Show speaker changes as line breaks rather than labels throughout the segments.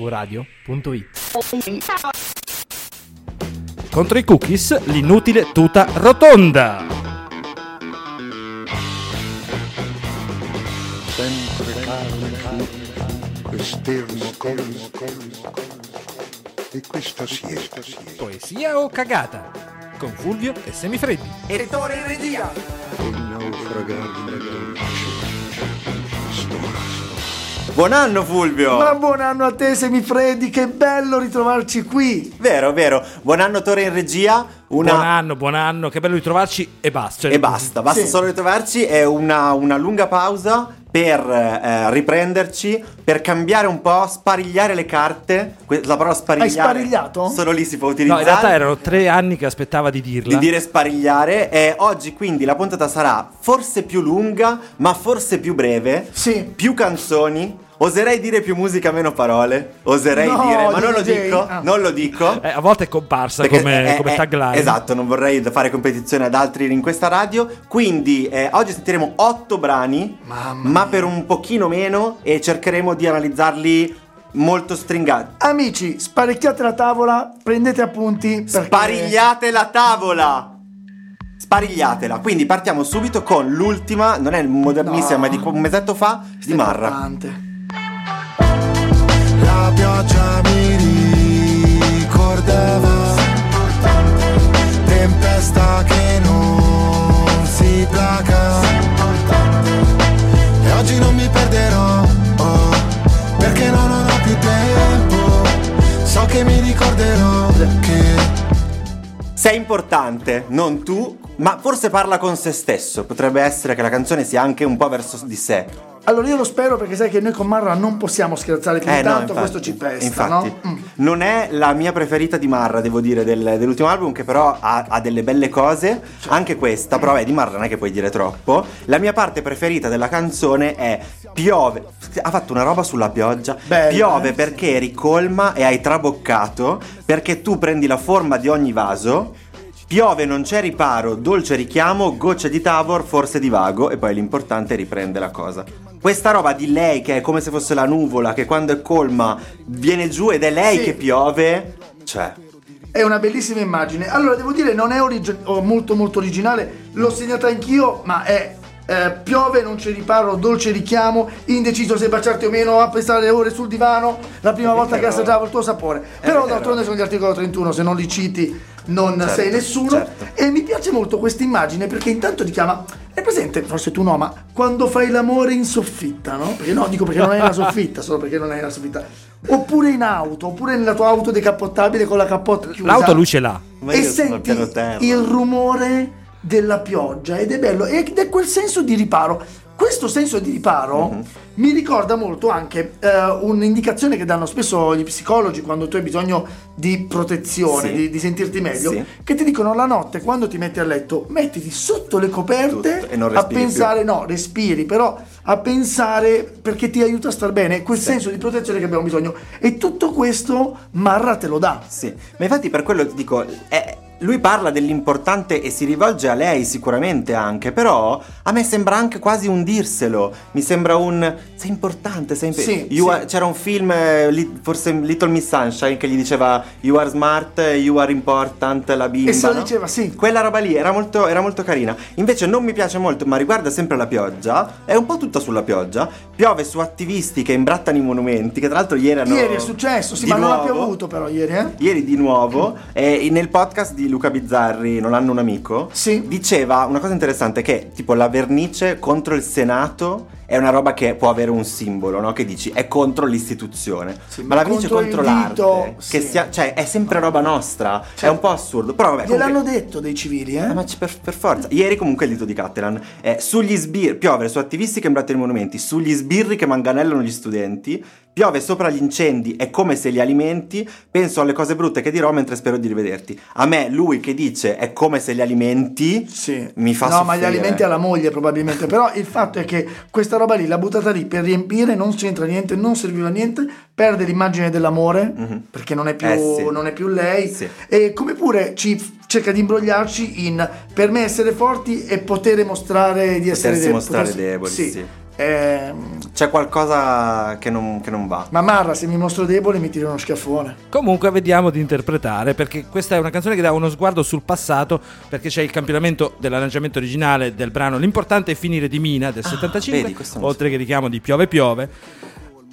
mvradio.it
Contro i cookies, l'inutile tuta rotonda.
sempre carne, carne, esterno, colmo, colmo, e questa siesta, siesta,
Poesia o cagata? Con Fulvio e Semifreddi.
il naufragare,
Buon anno Fulvio!
Ma buon anno a te, Semifreddi, che bello ritrovarci qui.
Vero, vero. Buon anno Tore in regia. Una...
Buon anno, buon anno, che bello ritrovarci e basta. Cioè,
E basta, basta
Sì.
solo ritrovarci. È una, una lunga pausa per eh, riprenderci, per cambiare un po', sparigliare le carte. Que- La parola sparigliare.
sparigliato?
Solo lì si può
No,
utilizzare.
in realtà erano tre anni che aspettava di dirla.
Di dire sparigliare. E oggi quindi la puntata sarà forse più lunga, ma forse più breve.
Sì.
Più canzoni. Oserei dire più musica, meno parole. Oserei
No,
dire, ma non lo
DJ.
dico,
Ah.
non lo dico.
Eh, a volte è comparsa
Perché,
come,
eh,
come
eh,
tagline.
Esatto, non vorrei fare competizione ad altri in questa radio. Quindi eh, oggi sentiremo otto brani,
Mamma
ma per un pochino meno e cercheremo di analizzarli molto stringati.
Amici, sparecchiate la tavola, prendete appunti. Perché...
Sparigliate la tavola! Sparigliatela. Quindi partiamo subito con l'ultima, non è modernissima,
No.
ma di un mesetto fa,
Questo
di
è
Marra.
importante.
La pioggia mi ricordava Tempesta che non si placa E oggi non mi perderò oh, Perché no, non ho più tempo So che mi ricorderò che
Sei importante, non tu, ma forse parla con se stesso. Potrebbe essere che la canzone sia anche un po' verso di sé.
Allora io lo spero perché sai che noi con Marra non possiamo scherzare più di
Eh, no,
tanto,
infatti,
questo ci pesta,
infatti.
no? Mm.
Non è la mia preferita di Marra, devo dire, del- dell'ultimo album, che però ha, ha delle belle cose.
Cioè.
Anche questa, però è di Marra non è che puoi dire troppo. La mia parte preferita della canzone è Piove. Ha fatto una roba sulla pioggia.
Bella,
Piove
eh?
perché ricolma e hai traboccato, perché tu prendi la forma di ogni vaso. Piove, non c'è riparo, dolce richiamo, gocce di Tavor, forse di vago e poi l'importante è riprende la cosa. Questa roba di lei che è come se fosse la nuvola, che quando è colma viene giù ed è lei
Sì.
che piove, cioè...
È una bellissima immagine. Allora, devo dire, non è origi- o molto molto originale, l'ho segnata anch'io, ma è eh, piove, non ci riparo, dolce richiamo, indeciso se baciarti o meno, a pensare le ore sul divano, la prima volta che
vero.
assaggiavo il tuo sapore. Però
vero.
d'altronde sono gli articoli 31, se non li citi non
Certo,
sei nessuno.
certo.
E mi piace molto questa immagine perché intanto ti chiama... È presente, forse tu no, ma quando fai l'amore in soffitta, no? Perché no, dico perché non è la soffitta, solo perché non è la soffitta. Oppure in auto, oppure nella tua auto decappottabile con la cappotta chiusa
Esatto.
L'auto lui ce l'ha.
Ma
e
io sono al
senti
piano terra.
il rumore della pioggia ed è bello ed è quel senso di riparo questo senso di riparo
Mhm.
mi ricorda molto anche eh, un'indicazione che danno spesso gli psicologi quando tu hai bisogno di protezione,
Sì.
di, di sentirti meglio,
Sì.
che ti dicono la notte quando ti metti a letto, mettiti sotto le coperte
Tutto, e non
a
respiri
pensare, no, respiri, però a pensare perché ti aiuta a star bene, quel senso di protezione che abbiamo bisogno. E tutto questo Marra te lo dà.
Sì, ma infatti per quello ti dico, eh, lui parla dell'importante e si rivolge a lei sicuramente anche, però a me sembra anche quasi un dirselo, mi sembra un... sei importante, sei imp-
Sì,
you
sì.
are- C'era un film, eh, li- forse Little Miss Sunshine, che gli diceva You are smart, you are important, la bimba.
E se lo
no?
diceva, sì.
Quella roba lì era molto, era molto carina. Invece non mi piace molto, ma riguarda sempre la pioggia. È un po' tutta sulla pioggia. Piove su attivisti che imbrattano i monumenti, che tra l'altro ieri hanno...
Ieri è successo, sì,
di
ma non ha
nuovo- Ecco
piovuto però ieri, eh?
Ieri di nuovo, eh, nel podcast di Luca Bizzarri, Non hanno un amico,
Sì.
diceva una cosa interessante che tipo la vernice contro il Senato è una roba che può avere un simbolo, no? Che dici è contro l'istituzione.
Sì,
ma
ma
la vernice
contro
contro
il
l'arte,
dito,
che
sì.
sia, cioè è sempre roba nostra,
Cioè,
è un po' assurdo, però vabbè. comunque-
Gliel'hanno detto dei civili, eh?
eh, ma c- per, per forza. Ieri comunque il dito di Cattelan. eh, sugli sbirri. Piove su attivisti che imbrattano i monumenti, sugli sbirri che manganellano gli studenti. Piove sopra gli incendi, è come se li alimenti. Penso alle cose brutte che dirò mentre spero di rivederti. A me, lui che dice è come se li alimenti.
Sì.
Mi fa
No, ma gli
soffrire.
alimenti alla moglie probabilmente. Però il fatto è che questa roba lì l'ha buttata lì per riempire, non c'entra niente, non serviva a niente, perde l'immagine dell'amore
Mhm.
perché non è, più,
Eh, sì.
non è più lei.
Sì.
E come pure ci f- cerca di imbrogliarci in per me essere forti e poter mostrare di essere
Potersi
deboli.
mostrare
potersi-
deboli, sì.
Ehm,
C'è qualcosa che non, che non va.
ma Marra, se mi mostro debole, mi tiro uno schiaffone.
Comunque vediamo di interpretare perché questa è una canzone che dà uno sguardo sul passato perché c'è il campionamento dell'arrangiamento originale del brano L'importante è finire di Mina del 75,
Ah, vedi, questo non
oltre che richiamo di Piove Piove.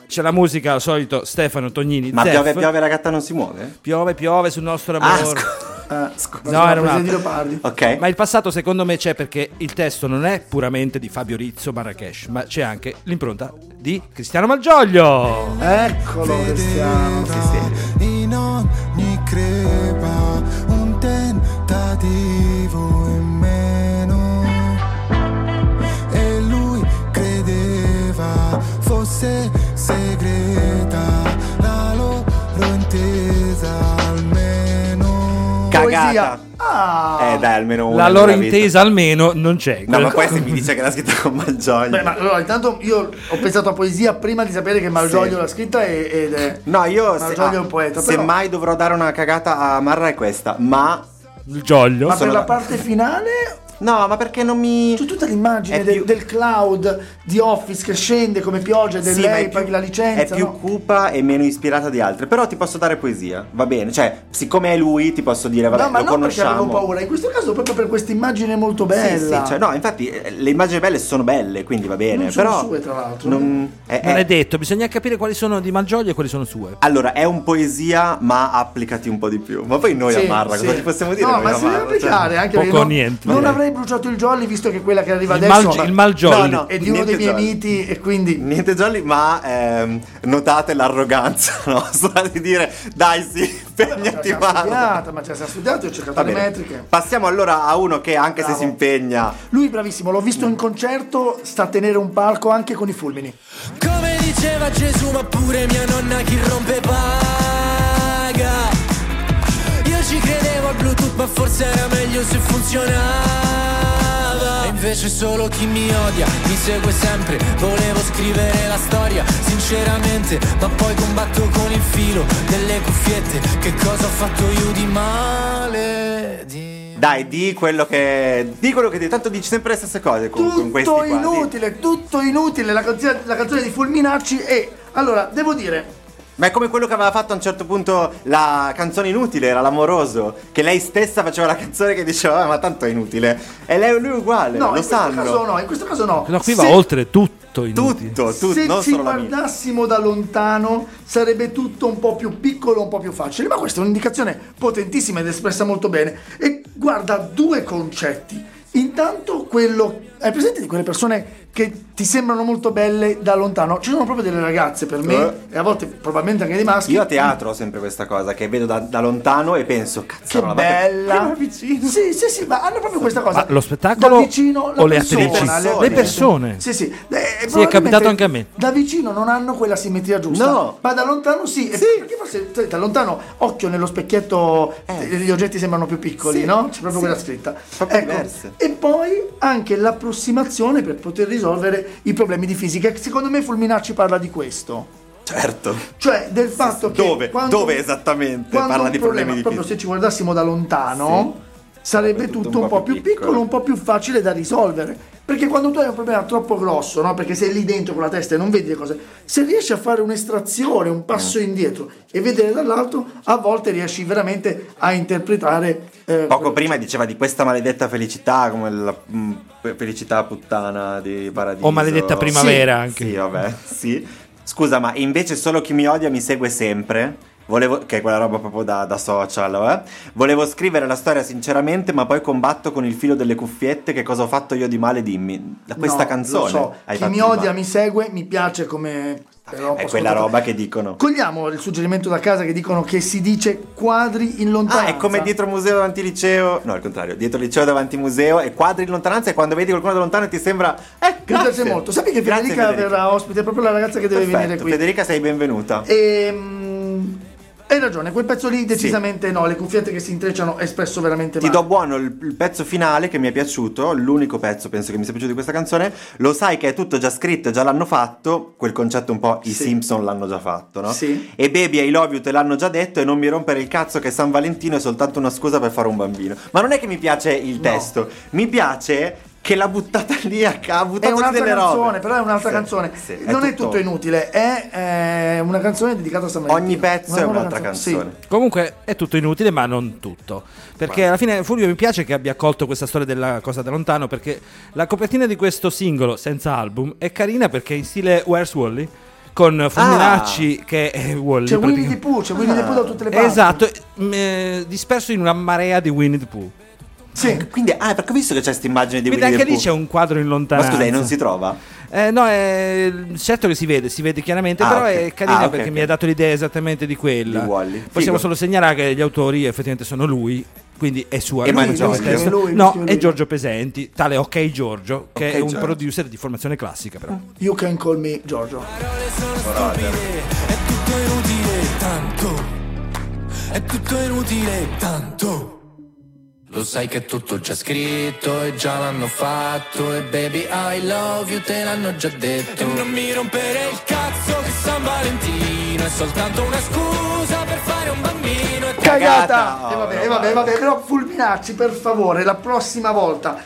C'è la musica al solito Stefano Tognini.
Ma
Zef.
piove, piove, la gatta non si muove?
piove piove sul nostro
Ah,
amore.
scusa.
Eh,
Scusa.
no,
No, era
era una
un'altra.
di Leopardi.
Ok.
Ma il passato secondo me c'è perché il testo non è puramente di Fabio Rizzo Marrakesh, ma c'è anche l'impronta di Cristiano Malgioglio.
Eccolo, Cristiano.
In ogni crepa un tentativo in meno. E lui credeva fosse segreta la loro intesa almeno.
Cagata.
Poesia. Ah.
Eh dai, almeno una
La loro
nella vita.
intesa almeno non c'è.
No, ma poi se mi dice che l'ha scritta con Malgioglio.
Beh, ma allora, intanto io ho pensato a poesia prima di sapere che Malgioglio
Sì.
l'ha scritta e- ed è...
No, io se,
Malgioglio
ah,
è un poeta,
se
però-
mai dovrò dare una cagata a Marra è questa, ma
Il Gioglio.
Ma
sono
per la
da-
parte finale
no, ma perché non mi
c'è tutta l'immagine
È
del,
più-
del cloud di Office che scende come pioggia, del
Sì, ma
lei
è più-
paghi la licenza.
È più
no?
cupa e meno ispirata di altre, però ti posso dare poesia. Va bene, cioè, siccome è lui ti posso dire vabbè,
no, ma
lo
non perché
conosciamo.
avevo paura, in questo caso proprio per questa immagine molto
Sì,
bella.
sì, cioè, no, infatti eh, le immagini belle sono belle, quindi va bene,
Non sono
però
sue, tra l'altro.
non- è-
Non
è-
è detto, bisogna capire quali sono di Malgioglio e quali sono sue.
Allora, è un poesia, ma applicati un po' di più. Ma poi noi
Sì,
a Marra,
sì.
cosa ti possiamo dire?
No,
noi
ma
a
si deve
Marra? Cioè,
applicare anche
poco
perché
o
non,
niente.
non
Vabbè.
avrei bruciato il jolly visto che quella che arriva
Il,
adesso
Malgi- il Malgioglio.
No, no.
è di uno dei
Niente
miei
jolly.
miti e quindi
Niente jolly, ma ehm, notate l'arroganza nostra di dire dai sì, impegnati
Ma ci ha
Marra.
studiata, ma ci siamo studiati, ho cercato
Va
le
bene.
metriche.
Passiamo allora a uno che anche se
Bravo.
si impegna
Lui bravissimo, l'ho visto in concerto, sta a tenere un palco anche con i fulmini.
Come diceva Gesù, ma pure mia nonna chi rompe paga. Io ci credevo al Bluetooth, ma forse era meglio se funzionava. E invece solo chi mi odia mi segue sempre. Volevo scrivere la storia, sinceramente, ma poi combatto con il filo delle cuffiette. Che cosa ho fatto io di male? Di...
Dai, di quello che. Di quello che. Tanto dici sempre le stesse cose con, con questi
Tutto
qua. di-
inutile, tutto inutile la canzone, la canzone di Fulminacci e allora devo dire
Ma è come quello che aveva fatto a un certo punto la canzone inutile, era l'amoroso. Che lei stessa faceva la canzone che diceva, "Ah, ma tanto è inutile. E lei lui è uguale,
no,
Eh, lo
in questo
sanno.
caso no, in questo caso no.
No, qui
Se-
va oltre tutto inutile.
Tutto, tutto,
se
non
ci
solo la mia.
guardassimo da lontano sarebbe tutto un po' più piccolo, un po' più facile, ma questa è un'indicazione potentissima ed espressa molto bene e guarda due concetti. Intanto quello, hai presente di quelle persone che ti sembrano molto belle da lontano? Ci sono proprio delle ragazze per me
Eh.
e a volte probabilmente anche dei maschi.
Io a teatro ho sempre questa cosa, che vedo da, da lontano e penso,
Che
cazzo, la
bella! Sì, sì, sì, ma hanno proprio questa cosa.
Ma lo spettacolo
Da vicino la
o le
persona,
attrici?
Le
persone.
Sì, sì. Eh,
Sì, è capitato
probabilmente
anche a me.
Da vicino non hanno quella simmetria giusta.
No.
Ma da lontano sì. Eh, Perché forse cioè, da lontano, occhio nello specchietto, eh, gli oggetti sembrano più piccoli,
Sì,
no? C'è proprio
sì.
quella scritta. Ecco.
Proprio diverse.
E poi anche l'approssimazione per poter risolvere i problemi di fisica. Secondo me Fulminacci parla di questo.
Certo.
Cioè, del fatto che.
Dove?
quando-
Dove esattamente?
quando
Parla
un
di
problema,
problemi di
proprio
fisica.
se ci guardassimo da lontano, sarebbe tutto, un po' più piccolo, un po' più facile da risolvere. Perché quando tu hai un problema troppo grosso, no? Perché sei lì dentro con la testa e non vedi le cose, se riesci a fare un'estrazione, un
Mm.
passo indietro e vedere dall'alto, a volte riesci veramente a interpretare. eh,
Poco
quello-
prima diceva di questa maledetta felicità, come la mm, pe- felicità puttana di paradiso.
O maledetta primavera anche.
Sì, vabbè, sì. Scusa, ma invece solo chi mi odia mi segue sempre? Volevo, che è quella roba proprio da, da social, eh? Volevo scrivere la storia sinceramente, ma poi combatto con il filo delle cuffiette. Che cosa ho fatto io di male, dimmi. Da questa
No,
canzone.
Lo so,
hai
chi
fatto
mi
di
odia
male.
mi segue, mi piace come. però
È
posso
quella
ascoltare-
roba che dicono.
Cogliamo il suggerimento da casa che dicono che si dice quadri in lontananza.
Ah, è come dietro museo davanti liceo. No, al contrario, dietro liceo davanti museo e quadri in lontananza. E quando vedi qualcuno da lontano ti sembra. Eh,
Mi
grazie.
piace molto. Sappi che
Grazie,
Federica, verrà ospite, è proprio la ragazza che deve
Perfetto,
venire qui.
Federica, sei benvenuta.
Ehm, hai ragione, quel pezzo lì decisamente no, le cuffiette che si intrecciano è spesso veramente
Ti
male.
do buono il, il pezzo finale che mi è piaciuto, l'unico pezzo penso che mi sia piaciuto di questa canzone. Lo sai che è tutto già scritto, già l'hanno fatto, quel concetto un po' i
Sì.
Simpson l'hanno già fatto, no?
Sì.
E Baby I Love You te l'hanno già detto e non mi rompere il cazzo che San Valentino è soltanto una scusa per fare un bambino. Ma non è che mi piace il testo, mi piace che l'ha buttata lì a ca- ha
È
buttato lì
un'altra
delle
canzone,
robe.
però è un'altra
Sì,
canzone.
sì,
non è tutto inutile, è eh, una canzone dedicata a San Valentino.
Ogni pezzo è
buona
un'altra canzone.
Sì.
Comunque è tutto inutile, ma non tutto. Perché alla fine Fulvio mi piace che abbia colto questa storia della cosa da lontano. Perché la copertina di questo singolo, senza album, è carina perché è in stile Where's Wally? Con Fulminacci che è Wally.
C'è Winnie the Pooh, c'è Winnie the Pooh
Ah.
da tutte le parti.
Esatto, eh, disperso in una marea di Winnie the Pooh.
Sì.
Quindi, ah, perché ho visto che c'è questa immagine di
Quindi
Winnie
anche
the
lì c'è
Pooh.
un quadro in
Ma
lontananza.
scusa, non si trova?
Eh, no, è... certo che si vede, si vede chiaramente,
Ah,
però
ok.
è carina
Ah, ok,
perché
ok.
mi ha dato l'idea esattamente di quella.
Di Wall-E. Figo.
Possiamo solo segnalare che gli autori effettivamente sono lui, quindi è sua.
E
lui
Mangiolio.
scrive il testo.
Lui, lui
no,
scrive
è
lui.
Giorgio Pesenti, tale Ok Giorgio, che
Ok
è un
Giorgio.
producer di formazione classica però.
You can call me Giorgio.
parole sono stupide, è tutto inutile, tanto, è tutto inutile, tanto. Lo sai che è tutto già scritto e già l'hanno fatto E baby I love you te l'hanno già detto E non mi rompere il cazzo che San Valentino È soltanto una scusa per fare un bambino E
Cagata!
Oh,
E vabbè,
no,
e vabbè,
no.
vabbè, però Fulminacci, per favore, la prossima volta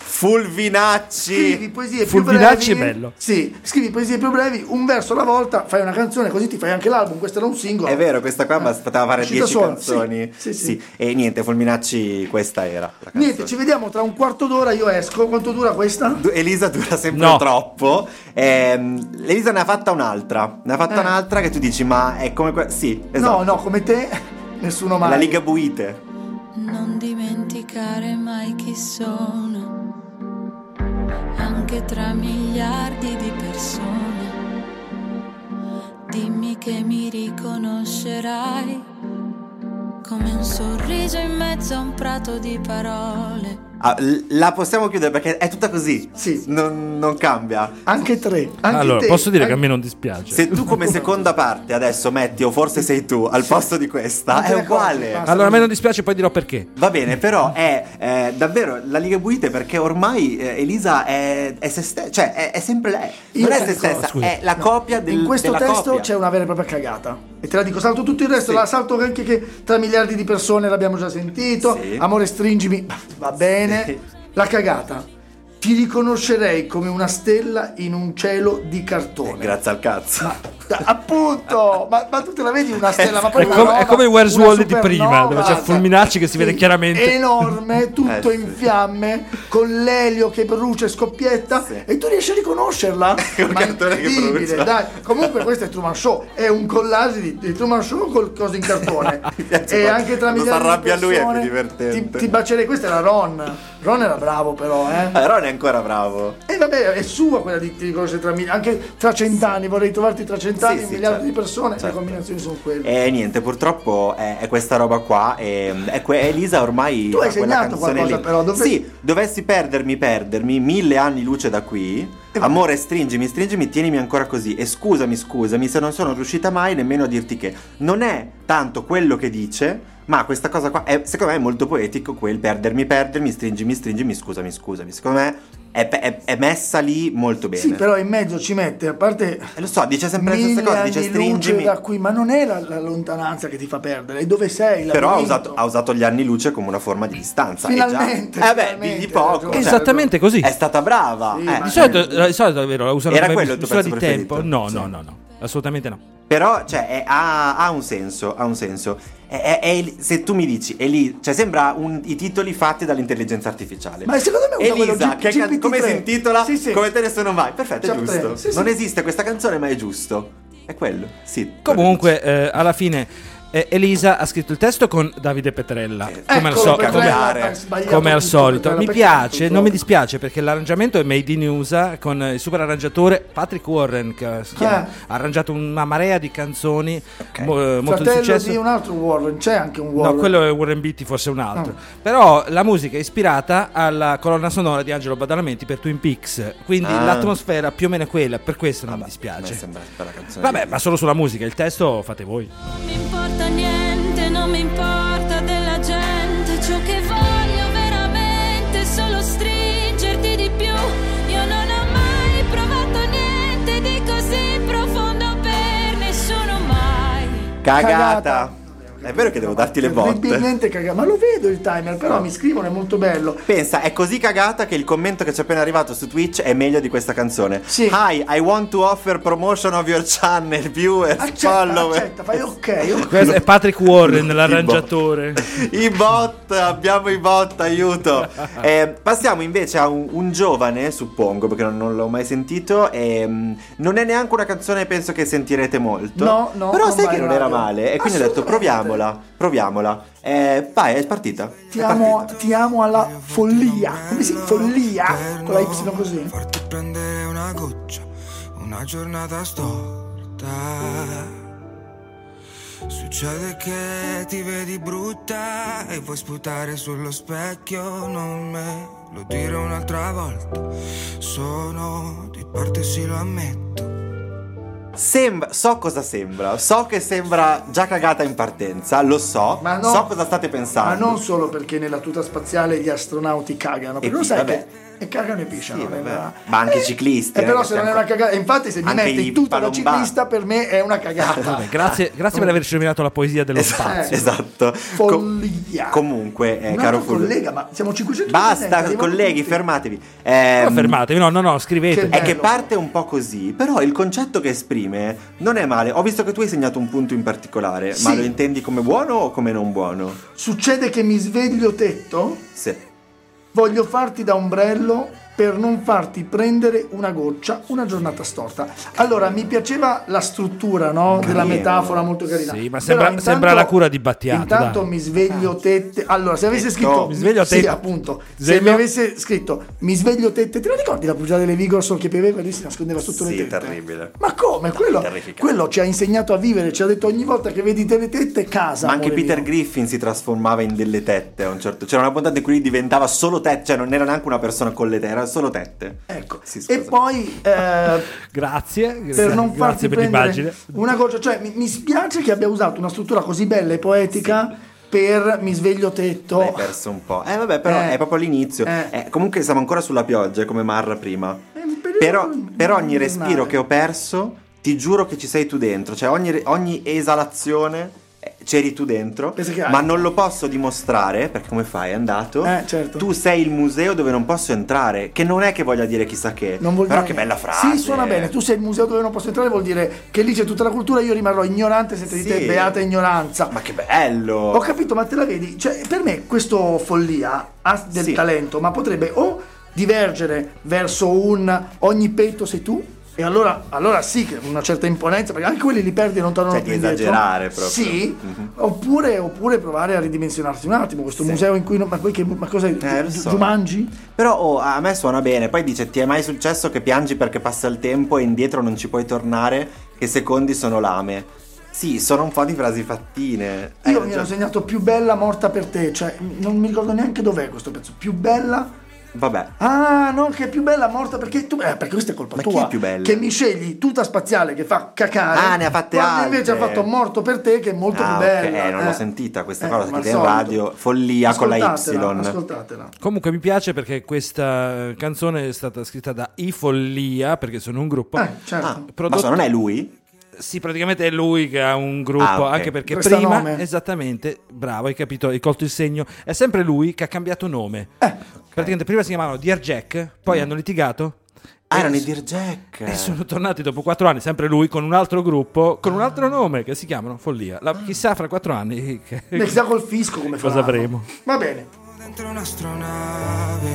scrivi
Fulvinacci.
poesie più brevi.
Fulminacci è bello.
Sì, scrivi poesie più brevi, un verso alla volta, fai una canzone, così ti fai anche l'album. Questo era un singolo.
È vero, questa qua ma poteva fare
uscita
10
sola,
canzoni.
sì, sì, sì.
E niente, Fulminacci, questa era. la canzone.
Niente, ci vediamo tra un quarto d'ora, io esco. Quanto dura questa?
Du- Elisa dura sempre
No.
troppo. Ehm, Elisa ne ha fatta un'altra. Ne ha fatta
Eh.
un'altra che tu dici, ma è come que- Sì, esatto.
No, no, come te, nessuno mai.
La Liga Buite.
Non dimenticare mai chi sono, anche tra miliardi di persone. Dimmi che mi riconoscerai come un sorriso in mezzo a un prato di parole.
Ah, l- la possiamo chiudere perché è tutta così.
Sì.
Non, non cambia.
Anche tre. Anche
allora,
te,
posso dire
anche-
che a me non dispiace.
Se tu come seconda parte adesso metti, o forse sei tu, al posto di questa,
Non te
è
ne accorgi,
uguale.
basta.
Allora a me non dispiace, poi dirò perché.
Va bene, però è eh, davvero la Liga Buite perché ormai eh, Elisa è, è se stessa, cioè è, è sempre lei.
Io
non è
ti
se
ricordo,
stessa,
scusi.
è la copia del
In questo
della
testo
copia.
c'è una vera e propria cagata. E te la dico, salto tutto il resto, la salto anche che tra miliardi di persone l'abbiamo già sentito.
Sì.
Amore stringimi, va bene.
Sì.
La cagata. Ti riconoscerei come una stella in un cielo di cartone.
Grazie al cazzo.
Ma, da- appunto, ma, ma tu te la vedi una stella? Ma poi
È
una
come- è
roba,
come il Where's
una
Wally di prima,
supernova,
dove c'è
cioè,
Fulminacci che si vede chiaramente.
Enorme, tutto
Eh, sì.
in fiamme, con l'elio che brucia e scoppietta,
Sì.
e tu riesci a riconoscerla?
Col
ma
cartone che brucia.
incredibile, dai. Comunque, questo è Truman Show, è un collage di, di Truman Show col coso in cartone.
piace
e
quando-
anche tra
quando
miliardi di
s'arrabbia lui è più
persone
divertente.
Ti, ti bacerei, questa era Ron. Ron era bravo, però, eh.
Eh, Ron è ancora bravo.
E Eh, vabbè, è sua quella di ti riconosce tra mille, anche tra cent'anni, vorrei trovarti tra cent'anni,
Sì, sì,
un miliardo
certo,
di persone, le
certo.
combinazioni sono quelle.
E niente, purtroppo è, è questa roba qua. E, mm, è que- Elisa ormai.
Tu hai
ha quella
segnato
canzone
qualcosa,
lì.
però, dove-
Sì, dovessi perdermi, perdermi, mille anni luce da qui. Amore, stringimi, stringimi, tienimi ancora così. E scusami, scusami se non sono riuscita mai nemmeno a dirti che. Non è tanto quello che dice. Ma questa cosa qua è, secondo me, è molto poetico. Quel perdermi, perdermi, stringimi, stringimi, scusami, scusami. Secondo me è, è- è messa lì molto bene.
sì, però in mezzo ci mette, a parte
Eh, Lo so, dice sempre la
mille
stessa cosa,
anni
dice
luce
stringimi.
da qui, ma non è la, la lontananza che ti fa perdere, è dove sei,
Però ha
labirinto.
usato, ha usato gli anni luce come una forma di distanza. e già-
Finalmente,
Eh beh,
finalmente,
digli
hai
poco.
ragione.
cioè,
Esatto.
Esattamente così.
È stata brava.
Sì,
eh.
ma-
Di solito, di solito è vero, la usano
Era
come
quello il tuo
misura di
pezzo preferito?
tempo. No,
Sì.
no, no, no, assolutamente no.
Però cioè, è- ha, ha un senso, ha un senso. È- è- è- se tu mi dici, è lì, cioè, sembra un- i titoli fatti dall'intelligenza artificiale.
Ma secondo me usa quello
Elisa,
G-
che can-
GPT-3.
come si intitola?
Sì, sì.
Come te ne sono mai? Perfetto, è
Chapter
giusto.
tre, sì, sì.
non esiste questa canzone, ma è giusto. È quello, sì.
Comunque, eh, alla fine, eh, Elisa ha scritto il testo con Davide Petrella. come al
Eccolo,
solito.
Eh, ecco, Petrella,
come-
Cagare.
ha sbagliato
come al
tutto,
solito.
Petrella,
Mi
perché ha
piace,
tutto?
non mi dispiace perché l'arrangiamento è made in USA con il super arrangiatore Patrick Warren che ha
Ah.
ha arrangiato una marea di canzoni mo- eh, molto di
Fratello
successo.
di un altro Warren, c'è anche un Warren.
No, quello è Warren Beatty, forse un altro. Però la musica è ispirata alla colonna sonora di Angelo Badalamenti per Twin Peaks. Quindi
Ah.
l'atmosfera più o meno è quella, per questo non mi
A me
dispiace.
Ah, sembra una bella canzone.
Vabbè, ma solo sulla musica, il testo fate voi.
Non mi importa niente, non mi importa della gente, ciò che voglio veramente è solo stringerti di più. Io non ho mai provato niente di così profondo per nessuno mai.
Cagata.
Cagata.
È vero che devo darti le botte.
Terribilmente cagato. Ma lo vedo il timer, però mi scrivono, è molto bello.
Pensa, è così cagata che il commento che ci è appena arrivato su Twitch è meglio di questa canzone.
Sì.
Hi, I want to offer promotion of your channel, viewers,
Accetta,
followers.
accetta, fai ok, ok.
Questo è Patrick Warren, l'arrangiatore.
I bot, abbiamo i bot, aiuto. Eh, passiamo invece a un, un giovane, suppongo, perché non, non l'ho mai sentito. ehm, non è neanche una canzone, penso che sentirete molto.
No, no,
Però
non
sai
va
che
in
non era
radio.
male. E quindi ho detto
Assolutamente.
proviamola, proviamola. Eh, vai, è partita.
Ti
È
amo,
partita.
ti amo alla follia. Come si follia? Con la Y così.
Farti prendere una goccia, una giornata storta. Succede che ti vedi brutta e vuoi sputare sullo specchio, non me lo dire un'altra volta. Sono di parte, sì lo ammetto.
Sembra, so cosa sembra. So che sembra già cagata in partenza, lo so.
Ma no.
so cosa state pensando.
Ma non solo perché nella tuta spaziale gli astronauti cagano, perché lo
pi-
sai
vabbè.
che e cagano e pisciano.
Sì,
non è
vabbè.
una-
Ma anche i ciclisti,
Eh,
eh,
però
che
se non è
siamo-
una cagata, infatti se mi
Anche
metti
i
tutta da
palombari.
ciclista per me è una cagata.
Vabbè, grazie, grazie per averci nominato la poesia dello
Esatto,
spazio.
spazio.
esatto. Co-
Follia.
comunque, eh,
Un
caro
altro
Fulvio-
collega, ma siamo 500
Basta, colleghi, fermatevi. Ehm,
Però fermatevi, no, no, no, scrivete.
Che
è che
Bello.
parte un po' così, però il concetto che esprime non è male. Ho visto che tu hai segnato un punto in particolare, ma
Sì.
lo intendi come buono o come non buono?
Succede che mi sveglio tetto,
Sì.
voglio farti da ombrello per non farti prendere una goccia, una giornata storta. Allora, mi piaceva la struttura no? della metafora, molto carina.
Sì, ma
Però
sembra- sembra la cura di Battiato,
Intanto
dai.
mi sveglio tette. Allora, se avesse scritto...
Mi sveglio
Sì,
tette.
appunto. Se
Sveglio-
mi avesse scritto mi sveglio tette... Te la ricordi la pugiata delle Vigorson che pioveva e lui si nascondeva sotto
Sì,
le tette?
terribile.
Ma come? Quello,
terrificante.
quello ci ha insegnato a vivere, ci ha detto ogni volta che vedi delle tette, casa.
Ma anche
amore
Peter
mio.
Griffin si trasformava in delle tette a un certo C'era una puntata in cui lui diventava solo tette, cioè non era neanche una persona con le tette, era solo tette.
Ecco.
Sì, scusa.
e poi eh,
Grazie,
per non farti
grazie per
prendere
l'immagine.
una goccia. Cioè, mi, mi spiace che abbia usato una struttura così bella e poetica per mi sveglio
L'hai
tetto.
perso un po'. Eh vabbè, però
Oh. Eh.
è proprio l'inizio.
Eh.
Eh, comunque siamo ancora sulla pioggia, come Marra prima.
È un periodo
Però, per ogni
invernale.
respiro che ho perso, ti giuro che ci sei tu dentro. Cioè, ogni, ogni esalazione eh, c'eri tu dentro.
Pensa che hai-
Ma non lo posso dimostrare, perché come fai? È andato.
Eh, certo.
Tu sei il museo dove non posso entrare. Che non è che voglia dire chissà che.
Non vuol
però
dire
che bella
niente.
frase.
Sì, suona bene. Tu sei il museo dove non posso entrare, vuol dire che lì c'è tutta la cultura, io rimarrò ignorante se te
Sì.
dite beata ignoranza.
Ma che bello!
Ho capito, ma te la vedi? Cioè, per me questo follia ha del
Sì.
talento, ma potrebbe o divergere verso un ogni petto sei tu, e allora, allora sì, che una certa imponenza, perché anche quelli li perdi e non tornano
Cioè,
più
di
indietro.
esagerare proprio. Mhm.
Sì, oppure, oppure provare a ridimensionarsi un attimo, questo museo in cui... non- ma, poi che, ma cos'è?
Eh, lo
Tu-
so.
tu mangi?
Però oh, a me suona bene, poi dice ti è mai successo che piangi perché passa il tempo e indietro non ci puoi tornare, che secondi sono lame. Sì, sono un po' di frasi fattine. Eh, Hai
Io mi ero
ragione.
segnato più bella morta per te, cioè non mi ricordo neanche dov'è questo pezzo, più bella...
Vabbè,
Ah, no, che è più bella morta perché tu. Eh, perché questa è colpa
Ma
tua.
chi è più bella?
Che mi scegli tuta spaziale che fa cacare.
Ah, ne ha fatte
quando invece ha
altre.
fatto morto per te, che è molto
Ah,
più
ok,
bella.
eh, non l'ho sentita questa
cosa
cosa, sentite in radio, follia con la Y.
Ascoltatela.
Comunque mi piace perché questa canzone è stata scritta da I Follia, perché sono un gruppo.
Eh, certo.
ah, ma
prodotto-
so, non è lui?
Sì, praticamente è lui che ha un gruppo,
Ah, ok.
anche perché
Resta
prima,
nome.
esattamente, bravo, hai capito, hai colto il segno, è sempre lui che ha cambiato nome.
Eh,
Praticamente prima si chiamavano Dear Jack, poi
Mm.
hanno litigato.
Ah,
e-
erano i Dear Jack.
Eh,
E sono tornati dopo quattro anni, sempre lui, con un altro gruppo, con un altro nome, che si chiamano Follia. La- chissà fra quattro anni che-
Beh, chissà col fisco come fa.
Cosa avremo?
Va bene.
Dentro un'astronave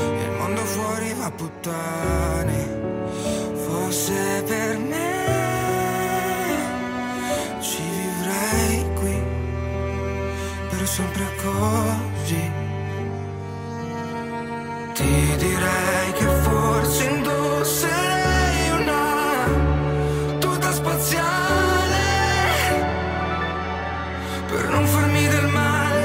e il mondo fuori va a puttane. Forse per me ci vivrai qui per sempre così. Ti direi che forse indosserei una tuta spaziale per non farmi del male.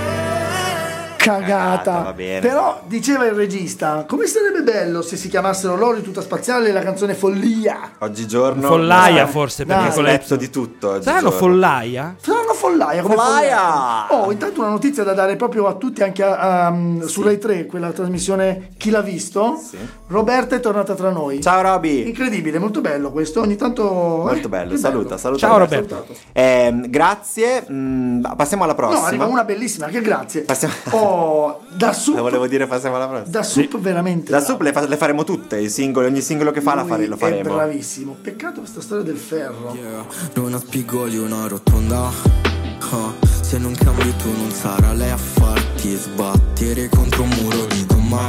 Cagata.
Cagata, va bene.
Però diceva il regista: come sarebbe bello se si chiamassero loro di tuta spaziale la canzone Follia.
Oggigiorno...
Follaia
no.
forse,
No,
perché
no,
con
Ho
le...
letto di tutto oggigiorno.
Saranno Follaia?
Saranno follaia. Come
Follaia!
Oh, intanto una notizia da dare proprio a tutti, anche a, a- su Rai 3, quella trasmissione Chi l'ha visto? Roberta è tornata tra noi.
Ciao Roby.
Incredibile, molto bello questo. Ogni tanto. eh,
Molto bello, saluta, saluta.
Ciao, Roberto.
Ehm, grazie, mm, passiamo alla prossima. Eh,
No, arriva una bellissima, che grazie.
Passiamo-
Oh, da
Eh,
sup,
Volevo dire passiamo alla prossima.
da sup veramente.
La
bravo.
sup le, fa- le faremo tutte, i singoli, ogni singolo che fa la fare- lo
Lui È
faremo.
bravissimo. Peccato questa storia del ferro.
Non ha spigoli una rotonda Ah, Se non cambi tu non sarà lei a farti sbattere contro un muro di gomma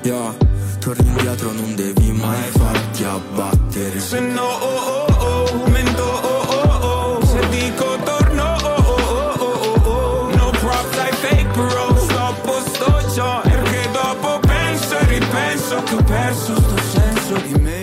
Yeah, Torni indietro non devi mai farti abbattere
Se no, oh, oh, oh, mento, oh, oh, oh. Se dico torno, oh, oh, oh, oh, oh, oh. No props, I fake bro. Stoppo, sto già. Perché dopo penso e ripenso che ho perso sto senso di me.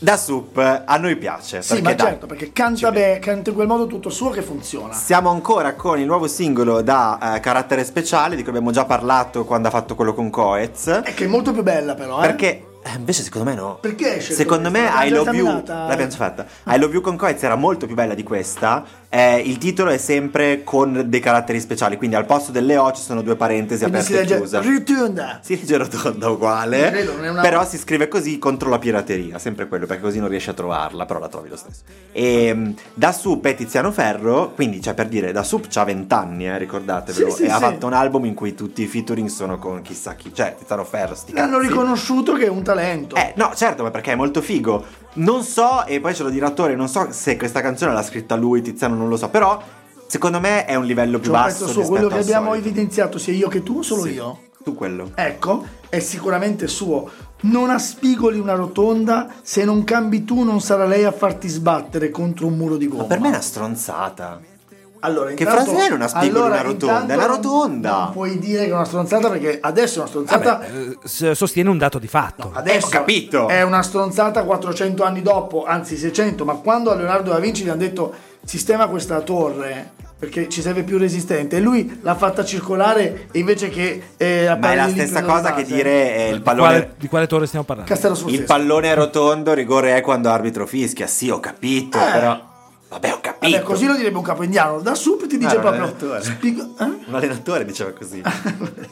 Da sup eh, a noi piace.
Sì,
perché
ma
dai,
certo, perché canta, bene, canta in quel modo tutto suo che funziona.
Siamo ancora con il nuovo singolo da eh, carattere speciale, di cui abbiamo già parlato quando ha fatto quello con Coez.
È che è molto più bella, però. eh.
Perché eh, invece secondo me no.
Perché hai scelto
Secondo me
questa? L'abbiamo già Ah.
I Love You
esaminata.
l'abbiamo già fatta. I Love You con Coez era molto più bella di questa. Eh, il titolo è sempre con dei caratteri speciali, quindi al posto delle O ci sono due parentesi
Quindi si
aperte e
legge
chiuse.
Ritunda.
Si legge rotonda uguale,
Non credo, non è una-
però si scrive così contro la pirateria, sempre quello, perché così non riesci a trovarla, però la trovi lo stesso. E, mh, da Sup è Tiziano Ferro, quindi cioè per dire, da Sup c'ha 20 anni, eh, ricordatevelo,
Sì, sì,
e ha
sì.
fatto un album in cui tutti i featuring sono con chissà chi, cioè Tiziano Ferro, sti
L'hanno
cazzi.
riconosciuto che è un talento.
Eh, no, certo, ma perché è molto figo. Non so, e poi ce lo dirà attore, non so se questa canzone l'ha scritta lui, Tiziano, non lo so, però secondo me è un livello
C'è
più
un
basso
pezzo suo,
rispetto
quello che
al
abbiamo
solito.
evidenziato sia io che tu, solo
Sì.
io.
Tu quello.
Ecco, è sicuramente suo. Non ha spigoli una rotonda, se non cambi tu non sarà lei a farti sbattere contro un muro di gomma.
Ma per me è una stronzata.
Allora,
Che
intanto-
frase è non ha spigoli
allora,
una rotonda?
intanto
È una
non-
rotonda.
Non puoi dire che è una stronzata perché adesso è una stronzata.
Eh, s- sostiene un dato di fatto.
Adesso
Eh, ho capito.
è una stronzata 400 anni dopo, anzi 600, ma quando a Leonardo da Vinci gli hanno detto sistema questa torre perché ci serve più resistente e lui l'ha fatta circolare e invece che eh,
Ma è la
apparire lì
stessa
presa
cosa
in
che
base.
dire eh, il
Di quale,
pallone.
di quale torre stiamo parlando?
Castello sul
Il
Sesto.
pallone è rotondo, rigore è quando arbitro fischia. Sì, ho capito,
Eh.
però. Vabbè, ho capito.
Vabbè, così lo direbbe un capo indiano, da subito ti dice
Ah, non è
proprio
l'attore.
spigo- eh?
Un allenatore diceva così.